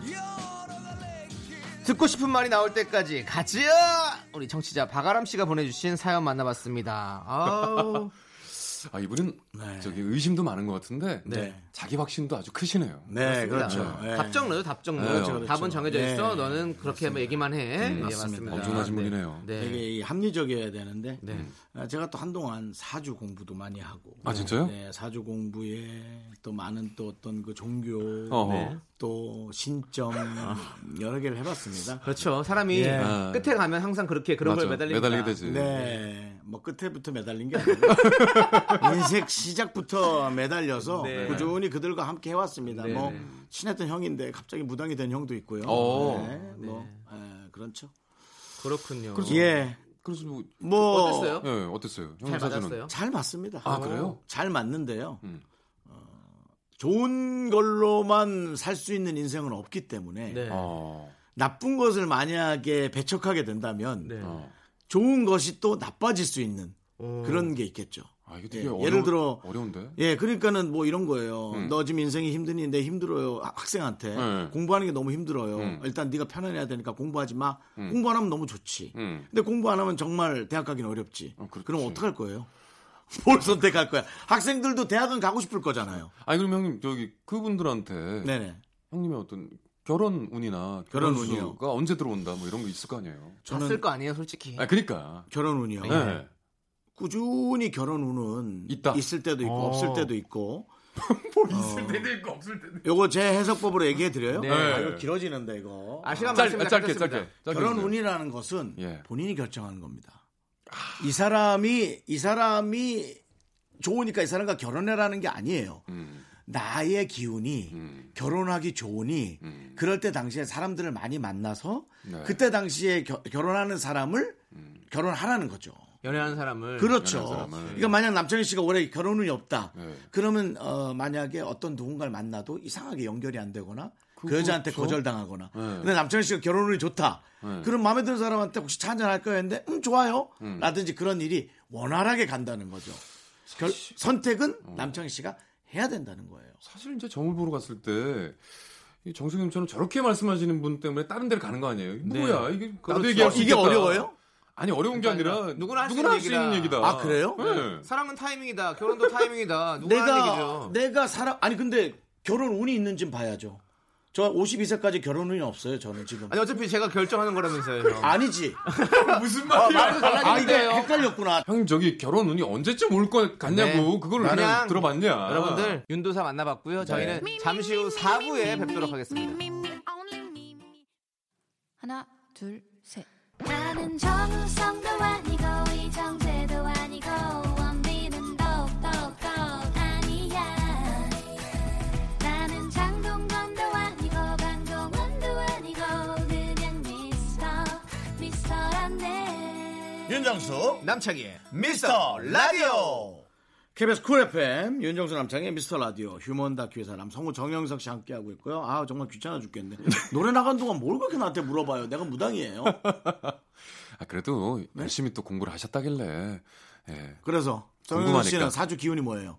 Speaker 7: 여러 갈래
Speaker 2: 듣고 싶은 말이 나올 때까지 가지야! 우리 청취자 박아람 씨가 보내주신 사연 만나봤습니다. 아우
Speaker 8: 아 이분은
Speaker 1: 네.
Speaker 8: 저기 의심도 많은 것 같은데
Speaker 1: 네.
Speaker 8: 자기 확신도 아주 크시네요.
Speaker 1: 네, 그렇죠. 예.
Speaker 2: 답정러요, 답정러.
Speaker 8: 네, 그렇죠,
Speaker 2: 답은 정해져 있어.
Speaker 1: 네.
Speaker 2: 너는 그렇게 뭐 얘기만 해. 예,
Speaker 1: 맞습니다.
Speaker 2: 맞습니다.
Speaker 8: 엄청나신 분이네요.
Speaker 2: 네. 네.
Speaker 1: 되게 이 합리적이어야 되는데 아, 제가 또 한동안 사주 공부도 많이 하고
Speaker 8: 아, 진짜요?
Speaker 1: 네, 사주 공부에 또 많은 또 어떤 그 종교
Speaker 8: 어허.
Speaker 1: 네, 또 신점 여러 개를 해봤습니다.
Speaker 2: 그렇죠. 사람이
Speaker 1: 예.
Speaker 8: 아.
Speaker 2: 끝에 가면 항상 그렇게 그런
Speaker 8: 맞아.
Speaker 2: 걸 매달리니까.
Speaker 8: 매달리게 되지.
Speaker 1: 네, 뭐 끝에부터 매달린 게 아니고 인생 시작부터 매달려서
Speaker 2: 네.
Speaker 1: 꾸준히 그들과 함께 해왔습니다.
Speaker 2: 네,
Speaker 1: 뭐
Speaker 2: 네.
Speaker 1: 친했던 형인데 갑자기 무당이 된 형도 있고요.
Speaker 8: 어.
Speaker 1: 네, 뭐 예, 그렇죠.
Speaker 2: 그렇군요.
Speaker 1: 예,
Speaker 8: 그래서 뭐,
Speaker 1: 뭐
Speaker 2: 그렇죠. 어땠어요?
Speaker 8: 예, 예, 어땠어요? 형
Speaker 2: 잘
Speaker 8: 사주는?
Speaker 2: 맞았어요?
Speaker 1: 잘 맞습니다.
Speaker 8: 아, 그래요?
Speaker 1: 잘 맞는데요.
Speaker 8: 음.
Speaker 1: 어, 좋은 걸로만 살 수 있는 인생은 없기 때문에
Speaker 2: 네.
Speaker 8: 어,
Speaker 1: 나쁜 것을 만약에 배척하게 된다면
Speaker 2: 네.
Speaker 8: 어.
Speaker 1: 좋은 것이 또 나빠질 수 있는 그런 게 있겠죠.
Speaker 8: 아, 이게 되게
Speaker 1: 예,
Speaker 8: 어려,
Speaker 1: 예를 들어-
Speaker 8: 어려운데.
Speaker 1: 예, 그러니까는 뭐 이런 거예요.
Speaker 8: 음.
Speaker 1: 너 지금 인생이 힘드니 내 힘들어요. 아, 학생한테
Speaker 8: 네.
Speaker 1: 공부하는 게 너무 힘들어요.
Speaker 8: 음.
Speaker 1: 일단 네가 편안해야 되니까 공부하지 마. 공부 안 하면 너무 좋지.
Speaker 8: 음.
Speaker 1: 근데 공부 안 하면 정말 대학 가긴 어렵지.
Speaker 8: 어, 그렇지.
Speaker 1: 그럼 어떡할 거예요? 뭘 선택할 거야? 학생들도 대학은 가고 싶을 거잖아요.
Speaker 8: 아니 그럼 형님 저기 그분들한테
Speaker 1: 네네.
Speaker 8: 형님의 어떤 결혼 운이나
Speaker 1: 결혼
Speaker 8: 결혼
Speaker 1: 운이요.
Speaker 8: 수가 언제 들어온다 뭐 이런 거 있을 거 아니에요.
Speaker 2: 저는... 을거 아니에요, 솔직히.
Speaker 8: 아 그러니까.
Speaker 1: 결혼 운이요.
Speaker 8: 예.
Speaker 1: 꾸준히 결혼 운은
Speaker 8: 있다. 어.
Speaker 1: 있을 때도 있고 없을 때도 있고. 어.
Speaker 8: 있을 때도 있고 없을 때도.
Speaker 1: 요거 제 해석법으로 얘기해 드려요.
Speaker 2: 네.
Speaker 1: 아, 이거 길어지는데 이거.
Speaker 2: 아, 시간
Speaker 8: 짧게
Speaker 2: 많습니다.
Speaker 8: 짧게 짧게.
Speaker 2: 끊겠습니다.
Speaker 8: 짧게
Speaker 1: 결혼
Speaker 8: 해주세요.
Speaker 1: 운이라는 것은
Speaker 8: 예. 아.
Speaker 1: 본인이 결정하는 겁니다. 이 사람이 이 사람이 좋으니까 이 사람과 결혼해라는 게 아니에요.
Speaker 8: 음,
Speaker 1: 나의 기운이
Speaker 8: 음.
Speaker 1: 결혼하기 좋으니
Speaker 8: 음.
Speaker 1: 그럴 때 당시에 사람들을 많이 만나서
Speaker 8: 네.
Speaker 1: 그때 당시에 겨- 결혼하는 사람을 결혼하라는 거죠.
Speaker 2: 연애하는 사람을.
Speaker 1: 그렇죠.
Speaker 8: 연애한 네, 사람을.
Speaker 1: 그러니까 만약 남창희 씨가 올해 결혼운이 없다.
Speaker 8: 네.
Speaker 1: 그러면 어, 만약에 어떤 누군가를 만나도 이상하게 연결이 안 되거나
Speaker 8: 그렇죠.
Speaker 1: 그 여자한테 거절당하거나.
Speaker 8: 네.
Speaker 1: 근데 남창희 씨가 결혼운이 좋다. 그럼 마음에 드는 사람한테 혹시 차 한잔 할까 했는데 음 좋아요. 라든지 그런 일이 원활하게 간다는 거죠. 결- 선택은
Speaker 8: 어.
Speaker 1: 남창희 씨가 해야 된다는 거예요.
Speaker 8: 사실 이제 정을 보러 갔을 때이 정수님처럼 저렇게 말씀하시는 분 때문에 다른 데를 가는 거 아니에요? 누구야? 이게 나도 얘기할 수
Speaker 1: 이게
Speaker 8: 있겠다.
Speaker 1: 어려워요?
Speaker 8: 아니 어려운 게 아니라
Speaker 2: 누구나 할수
Speaker 8: 누구나
Speaker 2: 있는
Speaker 8: 할 수 있는
Speaker 2: 얘기다.
Speaker 8: 얘기다.
Speaker 2: 네.
Speaker 1: 아, 그래요?
Speaker 8: 예.
Speaker 2: 사랑은 타이밍이다. 결혼도 타이밍이다. 누가 하는
Speaker 1: 내가
Speaker 2: 얘기죠.
Speaker 1: 내가 사람 아니 근데 결혼 운이 있는지 봐야죠. 저 52세까지 결혼 운이 없어요. 저는 지금.
Speaker 2: 아니 어차피 제가 결정하는 거라면서요. 형.
Speaker 1: 아니지.
Speaker 8: 무슨
Speaker 2: 아,
Speaker 8: 말이야?
Speaker 2: 말도
Speaker 1: 아 이게
Speaker 2: 달라지는데요.
Speaker 1: 헷갈렸구나.
Speaker 8: 형 저기 결혼 운이 언제쯤 올 것 같냐고
Speaker 2: 네.
Speaker 8: 그걸
Speaker 2: 그냥
Speaker 8: 왜 들어봤냐?
Speaker 2: 여러분들 윤도사 만나봤고요. 저희는 잠시 후 4부에 뵙도록 하겠습니다.
Speaker 4: 하나, 둘, 셋.
Speaker 6: 나는 정우성도 아니고 이정재도 아니고 원빈은 더욱더 아니야 나는 장동건도 아니고 강동원도 아니고 그냥 미스터 미스터란데
Speaker 1: 윤정수
Speaker 2: 남창희의
Speaker 1: 미스터 라디오 KBS 쿨 FM 윤정수 남창의 미스터 라디오 휴먼 다큐의 사람 성우 정영석 씨 함께 하고 있고요. 아 정말 귀찮아 죽겠네. 노래 나간 동안 뭘 그렇게 나한테 물어봐요. 내가 무당이에요.
Speaker 8: 아, 그래도 열심히 또 공부를 하셨다길래 예.
Speaker 1: 그래서 정영석 씨는
Speaker 8: 궁금하니까.
Speaker 1: 사주 기운이 뭐예요?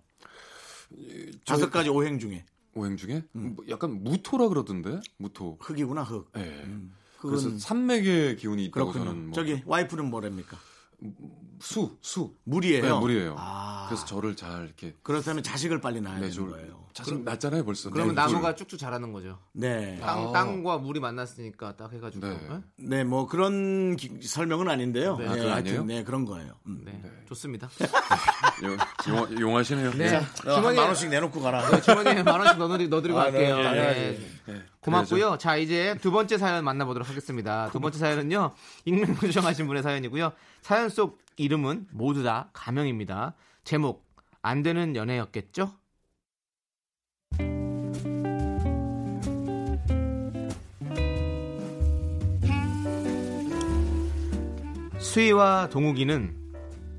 Speaker 1: 다섯 가지 오행 중에
Speaker 8: 오행 중에 뭐 약간 무토라 그러던데 무토.
Speaker 1: 흑이구나 흑.
Speaker 8: 예. 그래서
Speaker 1: 흑은
Speaker 8: 산맥의 기운이 있다고
Speaker 1: 음. 그렇군요.
Speaker 8: 저는 뭐
Speaker 1: 저기 와이프는 뭐랍니까?
Speaker 8: 수 수.
Speaker 1: 물이에요.
Speaker 8: 네, 물이에요.
Speaker 1: 아.
Speaker 8: 그래서 저를 잘 이렇게
Speaker 1: 그렇다면 자식을 빨리 낳아야 되는
Speaker 8: 매주
Speaker 1: 거예요.
Speaker 8: 자식 네, 났잖아요 벌써.
Speaker 2: 그러면
Speaker 8: 네,
Speaker 2: 나무가
Speaker 8: 물.
Speaker 2: 쭉쭉 자라는 거죠.
Speaker 1: 네.
Speaker 2: 땅,
Speaker 8: 아.
Speaker 2: 땅과 물이 만났으니까 딱 해가지고.
Speaker 8: 네.
Speaker 2: 어?
Speaker 1: 네, 뭐 그런 기- 설명은 아닌데요. 네,
Speaker 8: 아, 그건 아니에요?
Speaker 1: 네, 그런 거예요. 음.
Speaker 2: 네, 좋습니다.
Speaker 8: 용, 용, 용하시네요.
Speaker 2: 네.
Speaker 1: 어, 한
Speaker 2: 주머니에-
Speaker 1: 만 원씩 내놓고 가라.
Speaker 2: 주머니에 만 원씩 넣어드리, 넣어드리고
Speaker 1: 아,
Speaker 2: 갈게요.
Speaker 1: 네,
Speaker 2: 네.
Speaker 1: 당연하지.
Speaker 2: 고맙고요. 자, 이제 두 번째 사연 만나보도록 하겠습니다. 두 번째 사연은요, 익명 요청하신 분의 사연이고요. 사연 속 이름은 모두 다 가명입니다. 제목, 안 되는 연애였겠죠? 수희와 동욱이는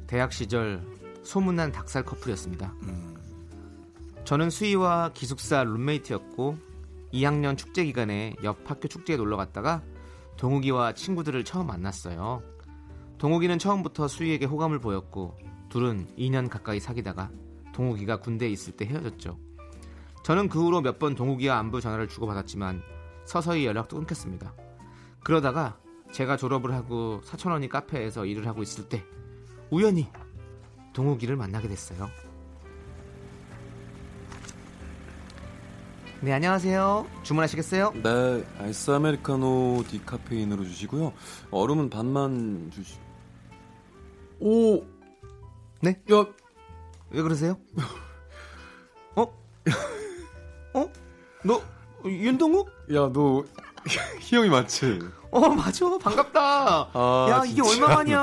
Speaker 2: 대학 시절 소문난 닭살 커플이었습니다. 저는 수희와 기숙사 룸메이트였고 2학년 축제 기간에 옆 학교 축제에 놀러 갔다가 동욱이와 친구들을 처음 만났어요. 동욱이는 처음부터 수희에게 호감을 보였고 둘은 2년 가까이 사귀다가 동욱이가 군대에 있을 때 헤어졌죠. 저는 그 후로 몇 번 동욱이와 안부 전화를 주고받았지만 서서히 연락도 끊겼습니다. 그러다가 제가 졸업을 하고 사천원이 카페에서 일을 하고 있을 때 우연히 동욱이를 만나게 됐어요. 네, 안녕하세요. 주문하시겠어요?
Speaker 8: 네, 아이스 아메리카노 디카페인으로 주시고요. 얼음은 반만 주시.
Speaker 1: 오,
Speaker 2: 네?
Speaker 8: 야,
Speaker 2: 왜 그러세요? 어? 어? 너 윤동욱?
Speaker 8: 야, 너 희영이 맞지?
Speaker 2: 어, 맞아. 반갑다.
Speaker 8: 아,
Speaker 2: 야, 이게
Speaker 8: 진짜.
Speaker 2: 얼마만이야?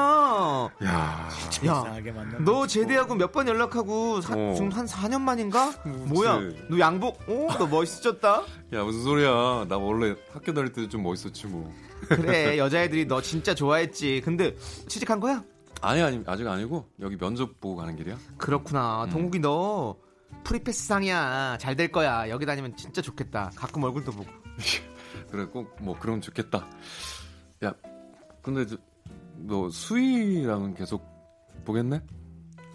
Speaker 8: 야,
Speaker 2: 야,
Speaker 1: 이상하게 만나.
Speaker 2: 너 제대하고 몇 번 연락하고 사,
Speaker 8: 어.
Speaker 2: 지금 한 4년 만인가? 뭐야? 너 양복? 어, 너 멋있어졌다.
Speaker 8: 야 무슨 소리야? 나 원래 학교 다닐 때 좀 멋있었지 뭐.
Speaker 2: 그래, 여자애들이 너 진짜 좋아했지. 근데 취직한 거야?
Speaker 8: 아니 아니 아직 아니고 여기 면접 보고 가는 길이야.
Speaker 2: 그렇구나. 동욱이 너 프리패스상이야. 잘 될 거야. 여기 다니면 진짜 좋겠다. 가끔 얼굴도 보고.
Speaker 8: 그래 꼭 뭐 그럼 좋겠다. 야, 근데 저, 너 수희랑은 계속 보겠네?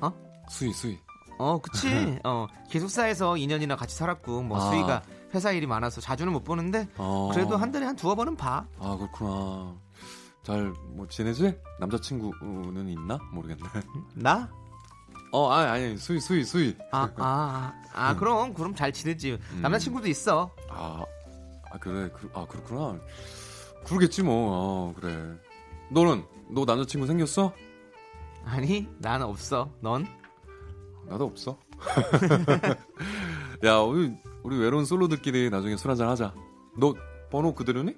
Speaker 2: 어?
Speaker 8: 수희 수희.
Speaker 2: 어, 그치. 어, 기숙사에서 2년이나 같이 살았고, 뭐,
Speaker 8: 아.
Speaker 2: 수희가 회사 일이 많아서 자주는 못 보는데,
Speaker 8: 어.
Speaker 2: 그래도 한 달에 한 두어 번은 봐.
Speaker 8: 아 그렇구나. 잘 뭐 지내지? 남자친구는 있나? 모르겠네.
Speaker 2: 나?
Speaker 8: 어 아니 아니 수희 수희 수희.
Speaker 2: 아, 아,
Speaker 8: 음.
Speaker 2: 아, 그럼, 그럼 잘 지내지. 남자친구도 있어.
Speaker 8: 아, 아 그래 그, 아 그렇구나. 그러겠지 뭐. 아 그래. 너는 너 남자친구 생겼어?
Speaker 2: 아니, 난 없어. 넌?
Speaker 8: 나도 없어. 야, 우리, 우리 외로운 솔로들끼리 나중에 술 한잔 하자. 너 번호 그대로니?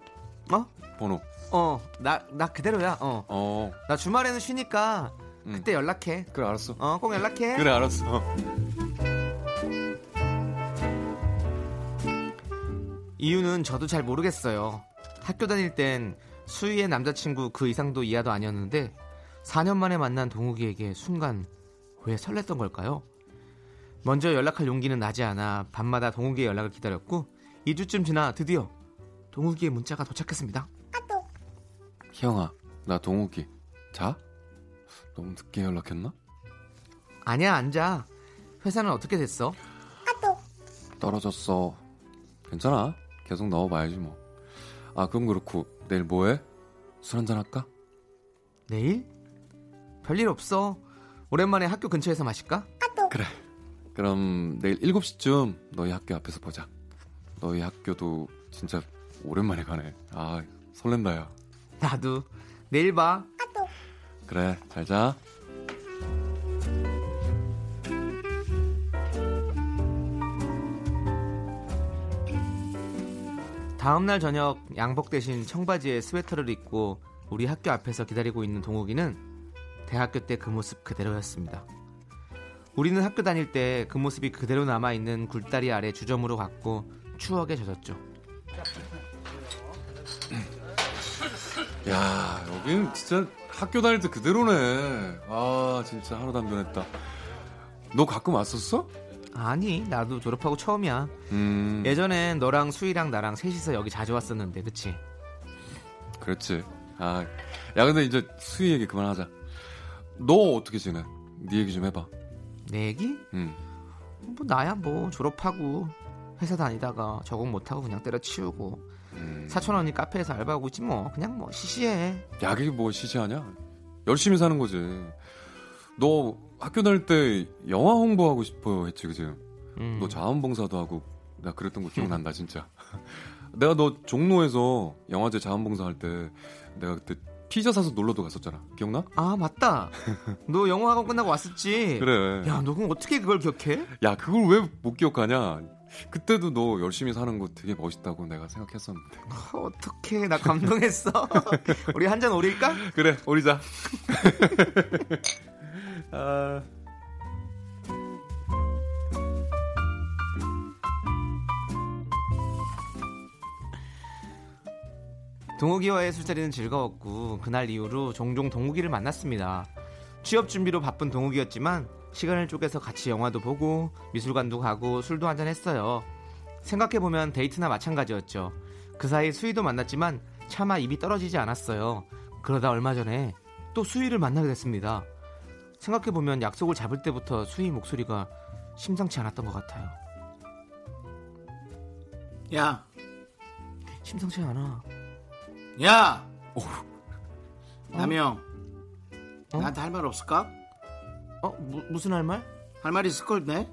Speaker 2: 어?
Speaker 8: 번호.
Speaker 2: 어, 나, 나 그대로야. 어.
Speaker 8: 어,
Speaker 2: 나 주말에는 쉬니까,
Speaker 8: 음.
Speaker 2: 그때 연락해.
Speaker 8: 그래, 알았어.
Speaker 2: 어, 꼭 연락해.
Speaker 8: 그래, 알았어.
Speaker 2: 이유는 저도 잘 모르겠어요. 학교 다닐 땐 수희의 남자친구 그 이상도 이하도 아니었는데 4년 만에 만난 동욱이에게 순간 왜 설렜던 걸까요? 먼저 연락할 용기는 나지 않아 밤마다 동욱이의 연락을 기다렸고 2주쯤 지나 드디어 동욱이의 문자가 도착했습니다.
Speaker 8: 희영아, 나 동욱이. 자? 너무 늦게 연락했나?
Speaker 2: 아니야 앉아. 회사는 어떻게 됐어?
Speaker 8: 떨어졌어. 괜찮아. 계속 넣어봐야지 뭐. 아, 그럼 그렇고 내일 뭐해? 술 한잔 할까?
Speaker 2: 내일? 별일 없어. 오랜만에 학교 근처에서 마실까?
Speaker 8: 그래. 그럼 내일 7시쯤 너희 학교 앞에서 보자. 너희 학교도 진짜 오랜만에 가네. 아, 설렌다, 야.
Speaker 2: 나도 내일 봐.
Speaker 8: 그래, 잘 자.
Speaker 2: 다음날 저녁 양복 대신 청바지에 스웨터를 입고 우리 학교 앞에서 기다리고 있는 동욱이는 대학교 때 그 모습 그대로였습니다. 우리는 학교 다닐 때 그 모습이 그대로 남아있는 굴다리 아래 주점으로 갔고 추억에 젖었죠.
Speaker 8: 야, 여기는 진짜 학교 다닐 때 그대로네. 아, 진짜 하나도 안 변했다. 너 가끔 왔었어?
Speaker 2: 아니 나도 졸업하고 처음이야.
Speaker 8: 음,
Speaker 2: 예전엔 너랑 수희랑 나랑 셋이서 여기 자주 왔었는데 그치?
Speaker 8: 그렇지. 아, 야, 근데 이제 수희 얘기 그만하자. 너 어떻게 지내? 네 얘기 좀 해봐.
Speaker 2: 내 얘기?
Speaker 8: 음,
Speaker 2: 뭐 나야 뭐 졸업하고 회사 다니다가 적응 못하고 그냥 때려치우고
Speaker 8: 음.
Speaker 2: 사촌 언니 카페에서 알바하고 있지 뭐 그냥 뭐 시시해
Speaker 8: 야, 그게 뭐 시시하냐? 열심히 사는 거지. 너 학교 다닐 때 영화 홍보하고 싶어 했지, 그지?
Speaker 2: 음.
Speaker 8: 너 자원봉사도 하고 나 그랬던 거 기억난다 진짜. 내가 너 종로에서 영화제 자원봉사 할 때 내가 그때 피자 사서 놀러도 갔었잖아. 기억나?
Speaker 2: 아 맞다. 너 영어 학원 끝나고 왔었지.
Speaker 8: 그래. 예. 야,
Speaker 2: 야, 너 그럼 어떻게 그걸 기억해?
Speaker 8: 그걸 왜 못 기억하냐? 그때도 너 열심히 사는 거 되게 멋있다고 내가 생각했었는데.
Speaker 2: 아, 어떻게 나 감동했어. 우리 한 잔 오릴까?
Speaker 8: 그래, 우리자. 아,
Speaker 2: 동욱이와의 술자리는 즐거웠고 그날 이후로 종종 동욱이를 만났습니다. 취업 준비로 바쁜 동욱이였지만 시간을 쪼개서 같이 영화도 보고 미술관도 가고 술도 한잔 했어요. 생각해보면 데이트나 마찬가지였죠. 그 사이 수희도 만났지만 차마 입이 떨어지지 않았어요. 그러다 얼마 전에 또 수희를 만나게 됐습니다. 생각해보면 약속을 잡을 때부터 수희 목소리가 심상치 않았던 것 같아요.
Speaker 1: 야,
Speaker 2: 심상치 않아.
Speaker 1: 야, 남영,
Speaker 2: 어?
Speaker 1: 나한테 할 말 없을까?
Speaker 2: 어? 무, 무슨 할 말?
Speaker 1: 네? 할 말 있을 걸 내?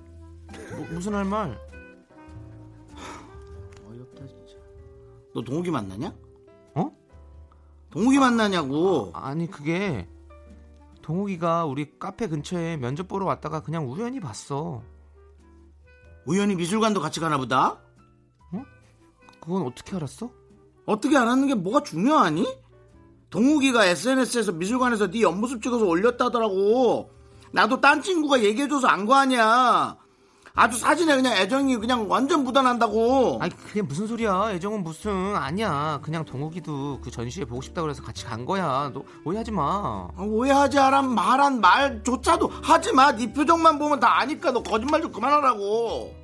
Speaker 2: 무, 무슨 할 말?
Speaker 10: 너 동욱이 만나냐?
Speaker 2: 어?
Speaker 10: 동욱이 만나냐고.
Speaker 2: 아니 그게 동욱이가 우리 카페 근처에 면접 보러 왔다가 그냥 우연히 봤어.
Speaker 10: 우연히 미술관도 같이 가나 보다.
Speaker 2: 그건 어떻게 알았어?
Speaker 10: 어떻게 알았는 게 뭐가 중요하니? 동욱이가 SNS에서 미술관에서 네 옆모습 찍어서 올렸다더라고. 나도 딴 친구가 얘기해줘서 안 거 아니야. 아주 사진에 그냥 애정이 그냥 완전 묻어난다고.
Speaker 2: 아니 그게 무슨 소리야? 애정은 무슨 아니야. 그냥 동욱이도 그 전시회 보고 싶다 그래서 같이 간 거야. 너 오해하지 마.
Speaker 10: 아, 오해하지 하란 말한 말조차도 하지 마. 네 표정만 보면 다 아니까 너 거짓말 좀 그만하라고.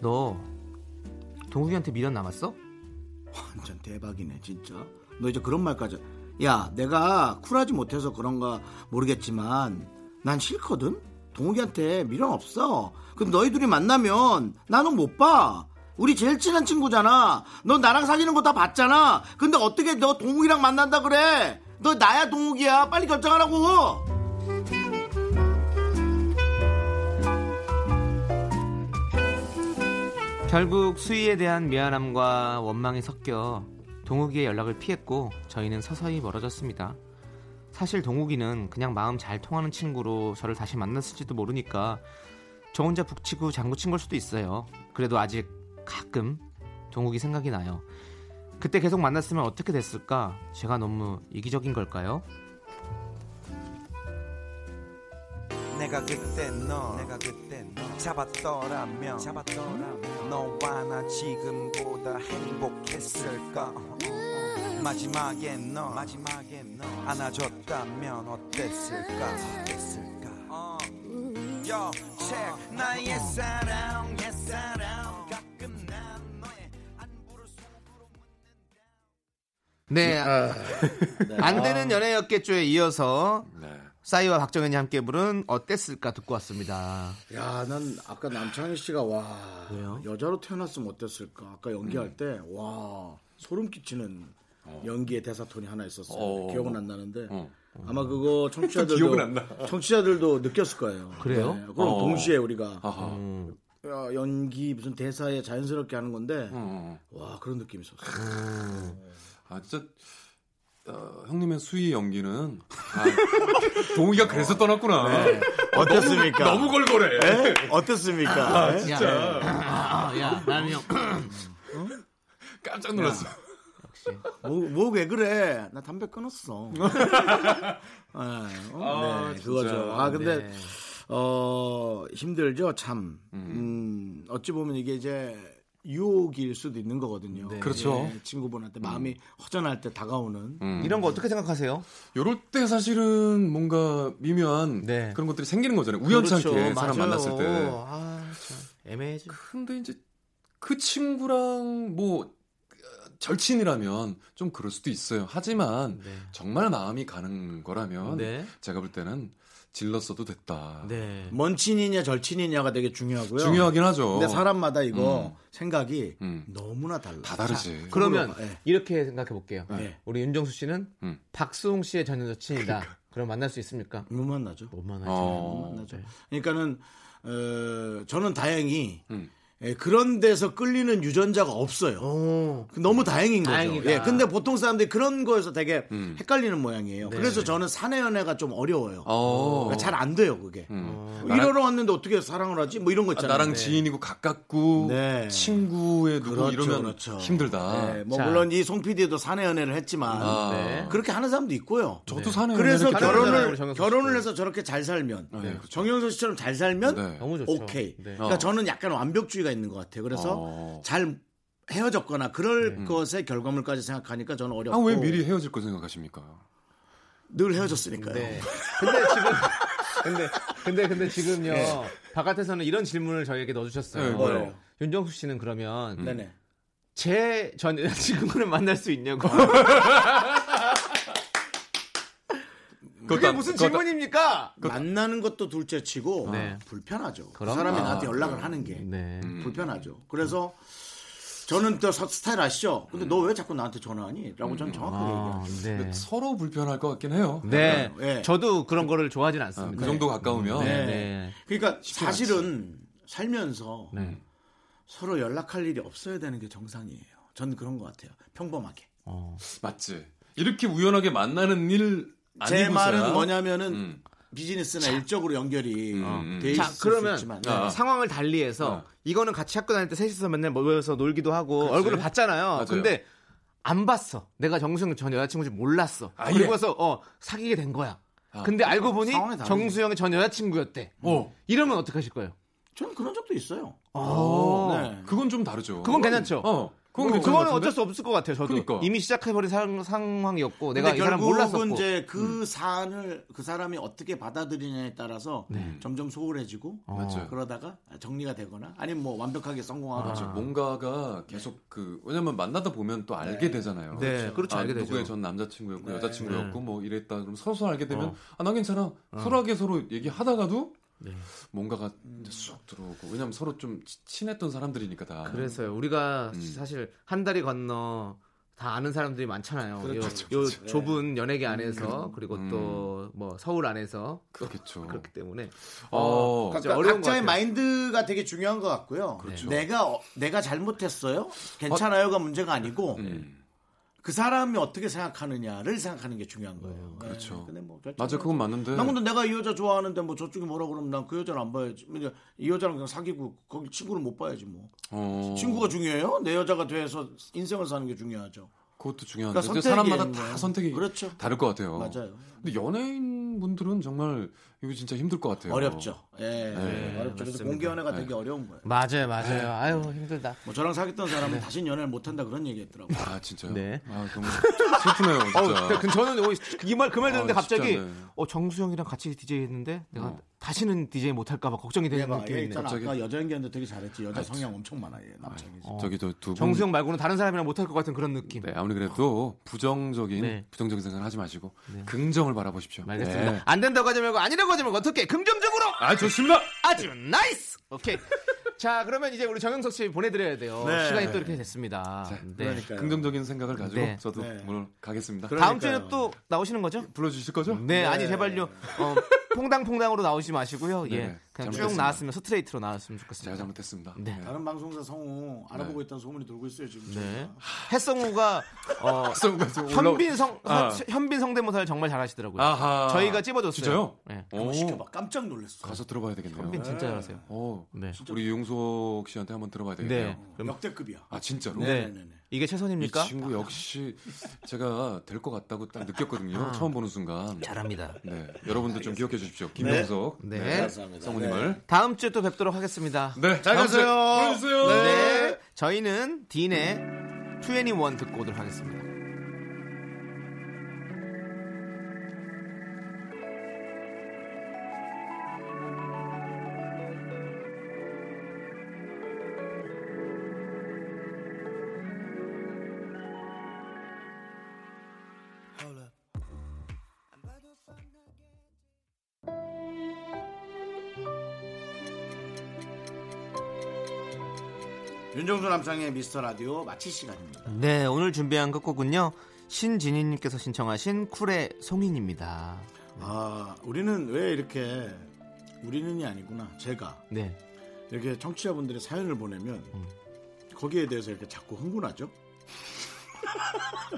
Speaker 2: 너 동욱이한테 미련 남았어?
Speaker 10: 완전 대박이네 진짜 너 이제 그런 말까지 야 내가 쿨하지 못해서 그런가 모르겠지만 난 싫거든 동욱이한테 미련 없어 근데 너희 둘이 만나면 나는 못봐 우리 제일 친한 친구잖아 너 나랑 사귀는 거 다 봤잖아 근데 어떻게 너 동욱이랑 만난다 그래 너 나야 동욱이야 빨리 결정하라고
Speaker 2: 결국 수희에 대한 미안함과 원망이 섞여 동욱이의 연락을 피했고 저희는 서서히 멀어졌습니다. 사실 동욱이는 그냥 마음 잘 통하는 친구로 저를 다시 만났을지도 모르니까 저 혼자 북치고 장구친 걸 수도 있어요. 그래도 아직 가끔 동욱이 생각이 나요. 그때 계속 만났으면 어떻게 됐을까? 제가 너무 이기적인 걸까요?
Speaker 3: 내가 그때 너 내가 그때 너 잡았더라면 잡았더라면 너와 나 지금보다 행복했을까 마지막에 너 마지막에 너 안아줬다면 어땠을까 어땠을까 어. Yo, check. 나의 사랑 내 사랑 가끔 난 너의 안부를 속으로 묻는다
Speaker 2: 네, 안 되는 연애였겠죠에 이어서
Speaker 8: 네.
Speaker 2: 싸이와 박정현이 함께 부른 어땠을까 듣고 왔습니다.
Speaker 1: 야, 난 아까 남창희 씨가 와 여자로 태어났으면 어땠을까? 아까 연기할 때 와 소름 끼치는 연기의 대사톤이 하나 있었어요.
Speaker 8: 어.
Speaker 1: 기억은 안 나는데
Speaker 8: 어.
Speaker 1: 아마 그거 청취자들도
Speaker 8: 기억은 안 나.
Speaker 1: 청취자들도 느꼈을 거예요.
Speaker 2: 그래요?
Speaker 1: 네, 그럼
Speaker 8: 어.
Speaker 1: 동시에 우리가 음.
Speaker 8: 아하.
Speaker 1: 야, 연기 무슨 대사에 자연스럽게 하는 건데
Speaker 8: 어.
Speaker 1: 와 그런 느낌이 있었어요.
Speaker 8: 아 진짜 어, 형님의 수위 연기는 아, 동욱이가 그래서 떠났구나.
Speaker 10: 어땠습니까? 네?
Speaker 8: 너무 걸걸해.
Speaker 1: 아,
Speaker 10: 어땠습니까? 네?
Speaker 2: 진짜. 야, 야, 나는 형.
Speaker 8: 깜짝 놀랐어.
Speaker 10: 뭐 왜 그래? 나 담배 끊었어. 네, 어,
Speaker 8: 아,
Speaker 10: 네,
Speaker 8: 진짜.
Speaker 10: 그거죠. 아 근데
Speaker 2: 네.
Speaker 10: 어 힘들죠 참. 음, 어찌 보면 이게 이제 유혹일 수도 있는 거거든요.
Speaker 8: 그렇죠. 음.
Speaker 10: 예, 친구분한테 마음이 허전할 때 다가오는.
Speaker 2: 이런 거 어떻게 생각하세요?
Speaker 8: 요럴 때 사실은 뭔가 미묘한
Speaker 2: 네.
Speaker 8: 그런 것들이 생기는 거잖아요. 우연찮게
Speaker 10: 그렇죠.
Speaker 8: 사람
Speaker 10: 맞아요.
Speaker 8: 만났을 때.
Speaker 2: 아, 참 애매해지.
Speaker 8: 근데 이제 그 친구랑 뭐 어, 절친이라면 좀 그럴 수도 있어요. 하지만
Speaker 2: 네.
Speaker 8: 정말 마음이 가는 거라면
Speaker 2: 네.
Speaker 8: 제가 볼 때는 질렀어도 됐다.
Speaker 2: 네.
Speaker 1: 먼 친이냐 절 친이냐가 되게 중요하고요.
Speaker 8: 중요하긴 하죠.
Speaker 1: 근데 사람마다 이거
Speaker 8: 음.
Speaker 1: 생각이
Speaker 8: 음.
Speaker 1: 너무나 달라.
Speaker 8: 다 다르지.
Speaker 2: 그러면
Speaker 1: 네.
Speaker 2: 이렇게 생각해 볼게요.
Speaker 10: 예,
Speaker 1: 네.
Speaker 2: 우리 윤정수 씨는
Speaker 8: 음.
Speaker 2: 박수홍 씨의 전 여친이다.
Speaker 8: 그러니까.
Speaker 2: 그럼 만날 수 있습니까?
Speaker 10: 뭐
Speaker 1: 못 만나죠.
Speaker 2: 못 만나죠.
Speaker 8: 어.
Speaker 1: 만나죠. 그러니까는 어, 저는 다행히
Speaker 8: 음.
Speaker 1: 예, 그런 데서 끌리는 유전자가 없어요. 너무 다행인 거죠.
Speaker 2: 다행이다.
Speaker 1: 예, 근데 보통 사람들이 그런 거에서 되게
Speaker 8: 음.
Speaker 1: 헷갈리는 모양이에요. 그래서 저는 사내 연애가 좀 어려워요. 그러니까
Speaker 8: 어.
Speaker 1: 잘 안 돼요 그게.
Speaker 8: 음.
Speaker 1: 뭐 이러러 왔는데 어떻게 사랑을 하지? 뭐 이런
Speaker 8: 아,
Speaker 1: 거 있잖아요.
Speaker 8: 나랑 지인이고 가깝고
Speaker 1: 네.
Speaker 8: 친구의 누구
Speaker 1: 그렇죠,
Speaker 8: 이러면
Speaker 1: 그렇죠.
Speaker 8: 힘들다.
Speaker 1: 네, 뭐
Speaker 2: 자.
Speaker 1: 물론 이 송 PD도 사내 연애를 했지만
Speaker 8: 아,
Speaker 2: 네.
Speaker 1: 그렇게 하는 사람도 있고요. 네.
Speaker 8: 저도 사는
Speaker 1: 그래서
Speaker 8: 연애를
Speaker 2: 결혼을-
Speaker 1: 결혼을
Speaker 2: 정현석
Speaker 1: 결혼을
Speaker 2: 씨도.
Speaker 1: 해서 저렇게 잘 살면
Speaker 8: 네, 그렇죠.
Speaker 1: 정현석 씨처럼 잘 살면
Speaker 8: 네.
Speaker 2: 너무 좋죠.
Speaker 1: 오케이.
Speaker 2: 네.
Speaker 8: 어.
Speaker 1: 그러니까 저는 약간 완벽주의가 있는 것 같아요. 그래서
Speaker 8: 어.
Speaker 1: 잘 헤어졌거나 그럴
Speaker 2: 네.
Speaker 1: 것의 결과물까지 생각하니까 저는 어렵고
Speaker 8: 아왜 미리 헤어질 거 생각하십니까?
Speaker 1: 늘 헤어졌으니까요.
Speaker 2: 네. 근데 지금 근데 근데 근데 지금요. 바깥에서는 이런 질문을 저희에게 넣어
Speaker 8: 네,
Speaker 2: 주셨어요.
Speaker 8: 뭐예요? 음.
Speaker 2: 윤정수 씨는 그러면
Speaker 1: 네네.
Speaker 2: 제 전 여자친구를 만날 수 있냐고. 그게
Speaker 8: 그것도-
Speaker 2: 무슨
Speaker 8: 그것도-
Speaker 2: 질문입니까?
Speaker 1: 만나는 것도 둘째치고
Speaker 2: 네.
Speaker 1: 불편하죠. 그
Speaker 2: 그럼.
Speaker 1: 사람이
Speaker 2: 아,
Speaker 1: 나한테 연락을 하는 게
Speaker 2: 네.
Speaker 1: 불편하죠. 그래서 저는 또 서- 스타일 아시죠? 근데
Speaker 2: 음.
Speaker 1: 너 왜 자꾸 나한테 전화하니? 라고
Speaker 8: 음.
Speaker 1: 저는 정확하게
Speaker 2: 아,
Speaker 1: 얘기해요.
Speaker 2: 네.
Speaker 8: 서로 불편할 것 같긴 해요.
Speaker 2: 네.
Speaker 1: 네.
Speaker 2: 저도 그런 거를 좋아하진
Speaker 8: 아,
Speaker 2: 않습니다.
Speaker 8: 그 정도 가까우면
Speaker 1: 네.
Speaker 2: 네.
Speaker 1: 그러니까 사실은 살면서 서로 연락할 일이 없어야 되는 게 정상이에요. 전 그런 것 같아요. 평범하게.
Speaker 2: 어.
Speaker 8: 맞지. 이렇게 우연하게 만나는 일 아니고서야.
Speaker 1: 제 말은 뭐냐면은
Speaker 8: 음.
Speaker 1: 비즈니스나 일적으로 연결이
Speaker 8: 음.
Speaker 1: 돼 있을
Speaker 2: 자, 그러면 어,
Speaker 1: 수 있지만. 네.
Speaker 8: 아.
Speaker 2: 상황을 달리해서 이거는 같이 학교 다닐 때 셋이서 맨날 모여서 놀기도 하고
Speaker 8: 그치.
Speaker 2: 얼굴을 봤잖아요.
Speaker 8: 맞아요.
Speaker 2: 근데 안 봤어. 내가 정수영 전 여자친구인지 몰랐어.
Speaker 8: 아예.
Speaker 2: 그리고서 어, 사귀게 된 거야.
Speaker 8: 아.
Speaker 2: 근데 알고 보니
Speaker 1: 상황이 다르지.
Speaker 2: 정수영의 전 여자친구였대.
Speaker 8: 어.
Speaker 2: 이러면 어떡하실 거예요?
Speaker 1: 저는 그런 적도 있어요.
Speaker 2: 아.
Speaker 1: 네.
Speaker 8: 그건 좀 다르죠.
Speaker 2: 그건 괜찮죠.
Speaker 8: 어. 그건
Speaker 2: 그건,
Speaker 8: 괜찮은 것 같은데?
Speaker 2: 어쩔 수 없을 것 같아요. 저도
Speaker 8: 그러니까.
Speaker 2: 이미 시작해버린 상, 상황이었고
Speaker 1: 근데
Speaker 2: 내가 이 사람
Speaker 1: 결국은
Speaker 2: 몰랐었고. 음.
Speaker 1: 이제 그 사안을 그 사람이 어떻게 받아들이냐에 따라서
Speaker 2: 네.
Speaker 1: 점점 소홀해지고
Speaker 2: 어.
Speaker 8: 맞아요.
Speaker 1: 그러다가 정리가 되거나 아니면 뭐 완벽하게 성공하거나
Speaker 2: 아.
Speaker 8: 그렇죠. 뭔가가 계속 그 왜냐면 만나다 보면 또 알게 되잖아요.
Speaker 2: 네, 그렇죠. 네. 그렇죠. 알게 되죠.
Speaker 8: 누구의 전 남자친구였고 여자친구였고 뭐 이랬다. 그럼 서서 알게
Speaker 2: 어.
Speaker 8: 되면 아 나 괜찮아. 쿨하게 서로 얘기하다가도
Speaker 2: 네.
Speaker 8: 뭔가가
Speaker 1: 음.
Speaker 8: 이제 쑥 들어오고 왜냐면 서로 좀 치- 친했던 사람들이니까 다.
Speaker 2: 그래서요. 우리가
Speaker 8: 음.
Speaker 2: 사실 한 다리 건너 다 아는 사람들이 많잖아요. 요,
Speaker 1: 그렇죠,
Speaker 2: 요
Speaker 1: 그렇죠.
Speaker 2: 좁은 연예계 안에서 음, 그리고 또 뭐 서울 안에서
Speaker 8: 그렇겠죠.
Speaker 2: 그렇기 때문에
Speaker 8: 어.
Speaker 2: 진짜
Speaker 1: 그러니까
Speaker 2: 어려운 것
Speaker 1: 각자의
Speaker 2: 같아요. 그렇죠.
Speaker 1: 마인드가 되게 중요한 것 같고요. 내가 어, 내가 잘못했어요? 괜찮아요가 문제가 아니고
Speaker 8: 음.
Speaker 1: 그 사람이 어떻게 생각하느냐를 생각하는 게 중요한
Speaker 2: 음,
Speaker 1: 거예요.
Speaker 8: 그렇죠.
Speaker 1: 네, 근데 뭐
Speaker 8: 맞아 그건 맞는데.
Speaker 1: 나 근데 내가 이 여자 좋아하는데 뭐 저쪽이 뭐라 그러면 난 그 여자를 안 봐야지. 근데 이 여자랑 그냥 사귀고 거기 친구를 못 봐야지 뭐.
Speaker 8: 어.
Speaker 1: 친구가 중요해요? 내 여자가 돼서 인생을 사는 게 중요하죠.
Speaker 8: 그것도 중요한데
Speaker 1: 그러니까
Speaker 8: 이제 사람마다
Speaker 1: 선택이에요.
Speaker 8: 다 선택이
Speaker 1: 그렇죠.
Speaker 8: 다를 것 같아요.
Speaker 1: 맞아요.
Speaker 8: 근데 연예인 분들은 정말 이거 진짜 힘들 것 같아요.
Speaker 1: 어렵죠. 예,
Speaker 8: 네,
Speaker 1: 어렵죠. 그래서 공개 연애가 되게 어려운 거예요.
Speaker 2: 맞아요, 맞아요. 아유 힘들다.
Speaker 1: 뭐 저랑 사귀던
Speaker 8: 네.
Speaker 1: 사람은 다신 연애를 못 한다 그런 얘기했더라고요.
Speaker 8: 아 어, 진짜요?
Speaker 2: 네.
Speaker 8: 아 너무 슬프네요 진짜.
Speaker 2: 근데 그- 저는 이말그말 듣는데
Speaker 8: 아,
Speaker 2: 갑자기
Speaker 8: 진짜, 네.
Speaker 2: 어, 정수영이랑 같이 DJ 했는데 내가 다시는 DJ 못할까봐 걱정이 되는
Speaker 1: 대박. 얘
Speaker 2: 느낌이 있네.
Speaker 1: 있잖아.
Speaker 8: 갑자기. 어.
Speaker 1: 아까 여자 연기하는데 되게 잘했지. 여자 성향 엄청 많아. 얘 남창이.
Speaker 8: 저기 저두 분.
Speaker 2: 어, 정수영 말고는 다른 사람이랑 못할 것 같은 그런 느낌.
Speaker 8: 네, 아무리 그래도 부정적인
Speaker 2: 네.
Speaker 8: 부정적인 생각 하지 마시고 긍정을 바라보십시오.
Speaker 2: 알겠습니다.
Speaker 8: 네.
Speaker 2: 안 된다고 하지 말고 아니라고 하지 말고 어떻게 긍정적으로
Speaker 8: 아 좋습니다.
Speaker 2: 아주 나이스. 오케이. 자 그러면 이제 우리 정영석 씨 보내드려야 돼요.
Speaker 1: 네.
Speaker 2: 시간이 또 이렇게 됐습니다. 네.
Speaker 1: 그러니까요.
Speaker 8: 긍정적인 생각을 가지고
Speaker 2: 네.
Speaker 8: 저도
Speaker 1: 네.
Speaker 8: 오늘 가겠습니다.
Speaker 2: 다음
Speaker 1: 그러니까요.
Speaker 2: 주에는 또 나오시는 거죠?
Speaker 8: 불러주실 거죠?
Speaker 2: 네, 아니 제발요. 어, 퐁당퐁당으로 나오지 마시고요.
Speaker 8: 네,
Speaker 2: 예, 그냥 쭉
Speaker 8: 잘못했습니다.
Speaker 2: 나왔으면 스트레이트로 나왔으면
Speaker 8: 제가
Speaker 2: 좋겠습니다.
Speaker 8: 잘못했습니다.
Speaker 2: 네.
Speaker 1: 다른 방송사 성우
Speaker 8: 네.
Speaker 1: 알아보고 있다는 소문이 돌고 있어요 지금.
Speaker 2: 네. 햇성우가
Speaker 8: 아,
Speaker 2: 어,
Speaker 8: 썩어서 올라-
Speaker 2: 현빈 성
Speaker 8: 아.
Speaker 2: 현- 현빈 성대모사를 정말 잘하시더라고요.
Speaker 8: 아하.
Speaker 2: 저희가 찝어줬어요.
Speaker 8: 진짜요?
Speaker 2: 네.
Speaker 8: 오,
Speaker 1: 한번 시켜봐. 깜짝 놀랐어.
Speaker 8: 가서 들어봐야 되겠네요.
Speaker 2: 현빈 진짜 잘하세요.
Speaker 8: 오,
Speaker 2: 네.
Speaker 8: 우리 유용석 씨한테 한번 들어봐야 되겠네요.
Speaker 2: 네. 그럼
Speaker 1: 역대급이야.
Speaker 8: 아 진짜로?
Speaker 1: 네네네.
Speaker 2: 이게 최선입니까?
Speaker 8: 이 친구 역시 제가 될 것 같다고 딱 느꼈거든요.
Speaker 2: 아.
Speaker 8: 처음 보는 순간.
Speaker 2: 잘합니다.
Speaker 8: 네, 여러분도 좀 기억해 주십시오. 김명석
Speaker 2: 아, 네.
Speaker 8: 성우님을.
Speaker 2: 다음 주에 또 뵙도록 하겠습니다.
Speaker 8: 네, 잘
Speaker 2: 다음 주에
Speaker 8: 가세요. 보내주세요.
Speaker 2: 네. 저희는 딘의 21 듣고 오도록 하겠습니다.
Speaker 1: 윤정수 남창의 미스터 라디오 마칠 시간입니다.
Speaker 2: 네, 오늘 준비한 끝곡은요. 신진희님께서 신청하신 쿨의 송인입니다.
Speaker 1: 아 우리는 왜 이렇게 우리는이 아니구나. 제가
Speaker 2: 네.
Speaker 1: 이렇게 청취자분들의 사연을 보내면
Speaker 2: 음.
Speaker 1: 거기에 대해서 이렇게 자꾸 흥분하죠.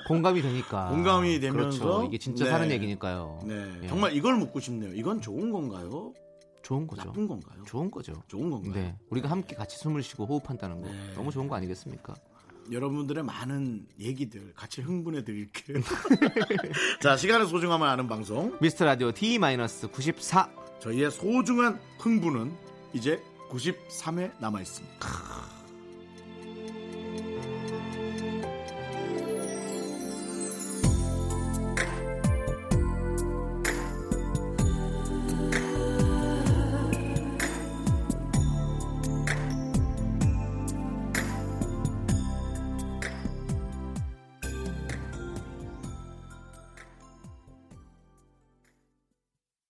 Speaker 2: 공감이 되니까.
Speaker 1: 공감이 되면서
Speaker 2: 그렇죠. 이게 진짜
Speaker 1: 네.
Speaker 2: 사는 얘기니까요.
Speaker 1: 네.
Speaker 2: 예.
Speaker 1: 정말 이걸 묻고 싶네요. 이건 좋은 건가요?
Speaker 2: 좋은 거죠.
Speaker 1: 나쁜 건가요?
Speaker 2: 좋은 거죠.
Speaker 1: 좋은 건가요?
Speaker 2: 네. 우리가 함께 같이 숨을 쉬고 호흡한다는 거
Speaker 1: 네.
Speaker 2: 너무 좋은 거 아니겠습니까?
Speaker 1: 여러분들의 많은 얘기들 같이 흥분해 드릴게요. 자, 시간의 소중함을 아는 방송.
Speaker 2: 미스터 라디오 D-94
Speaker 1: 저희의 소중한 흥분은 이제 93회 남아 있습니다.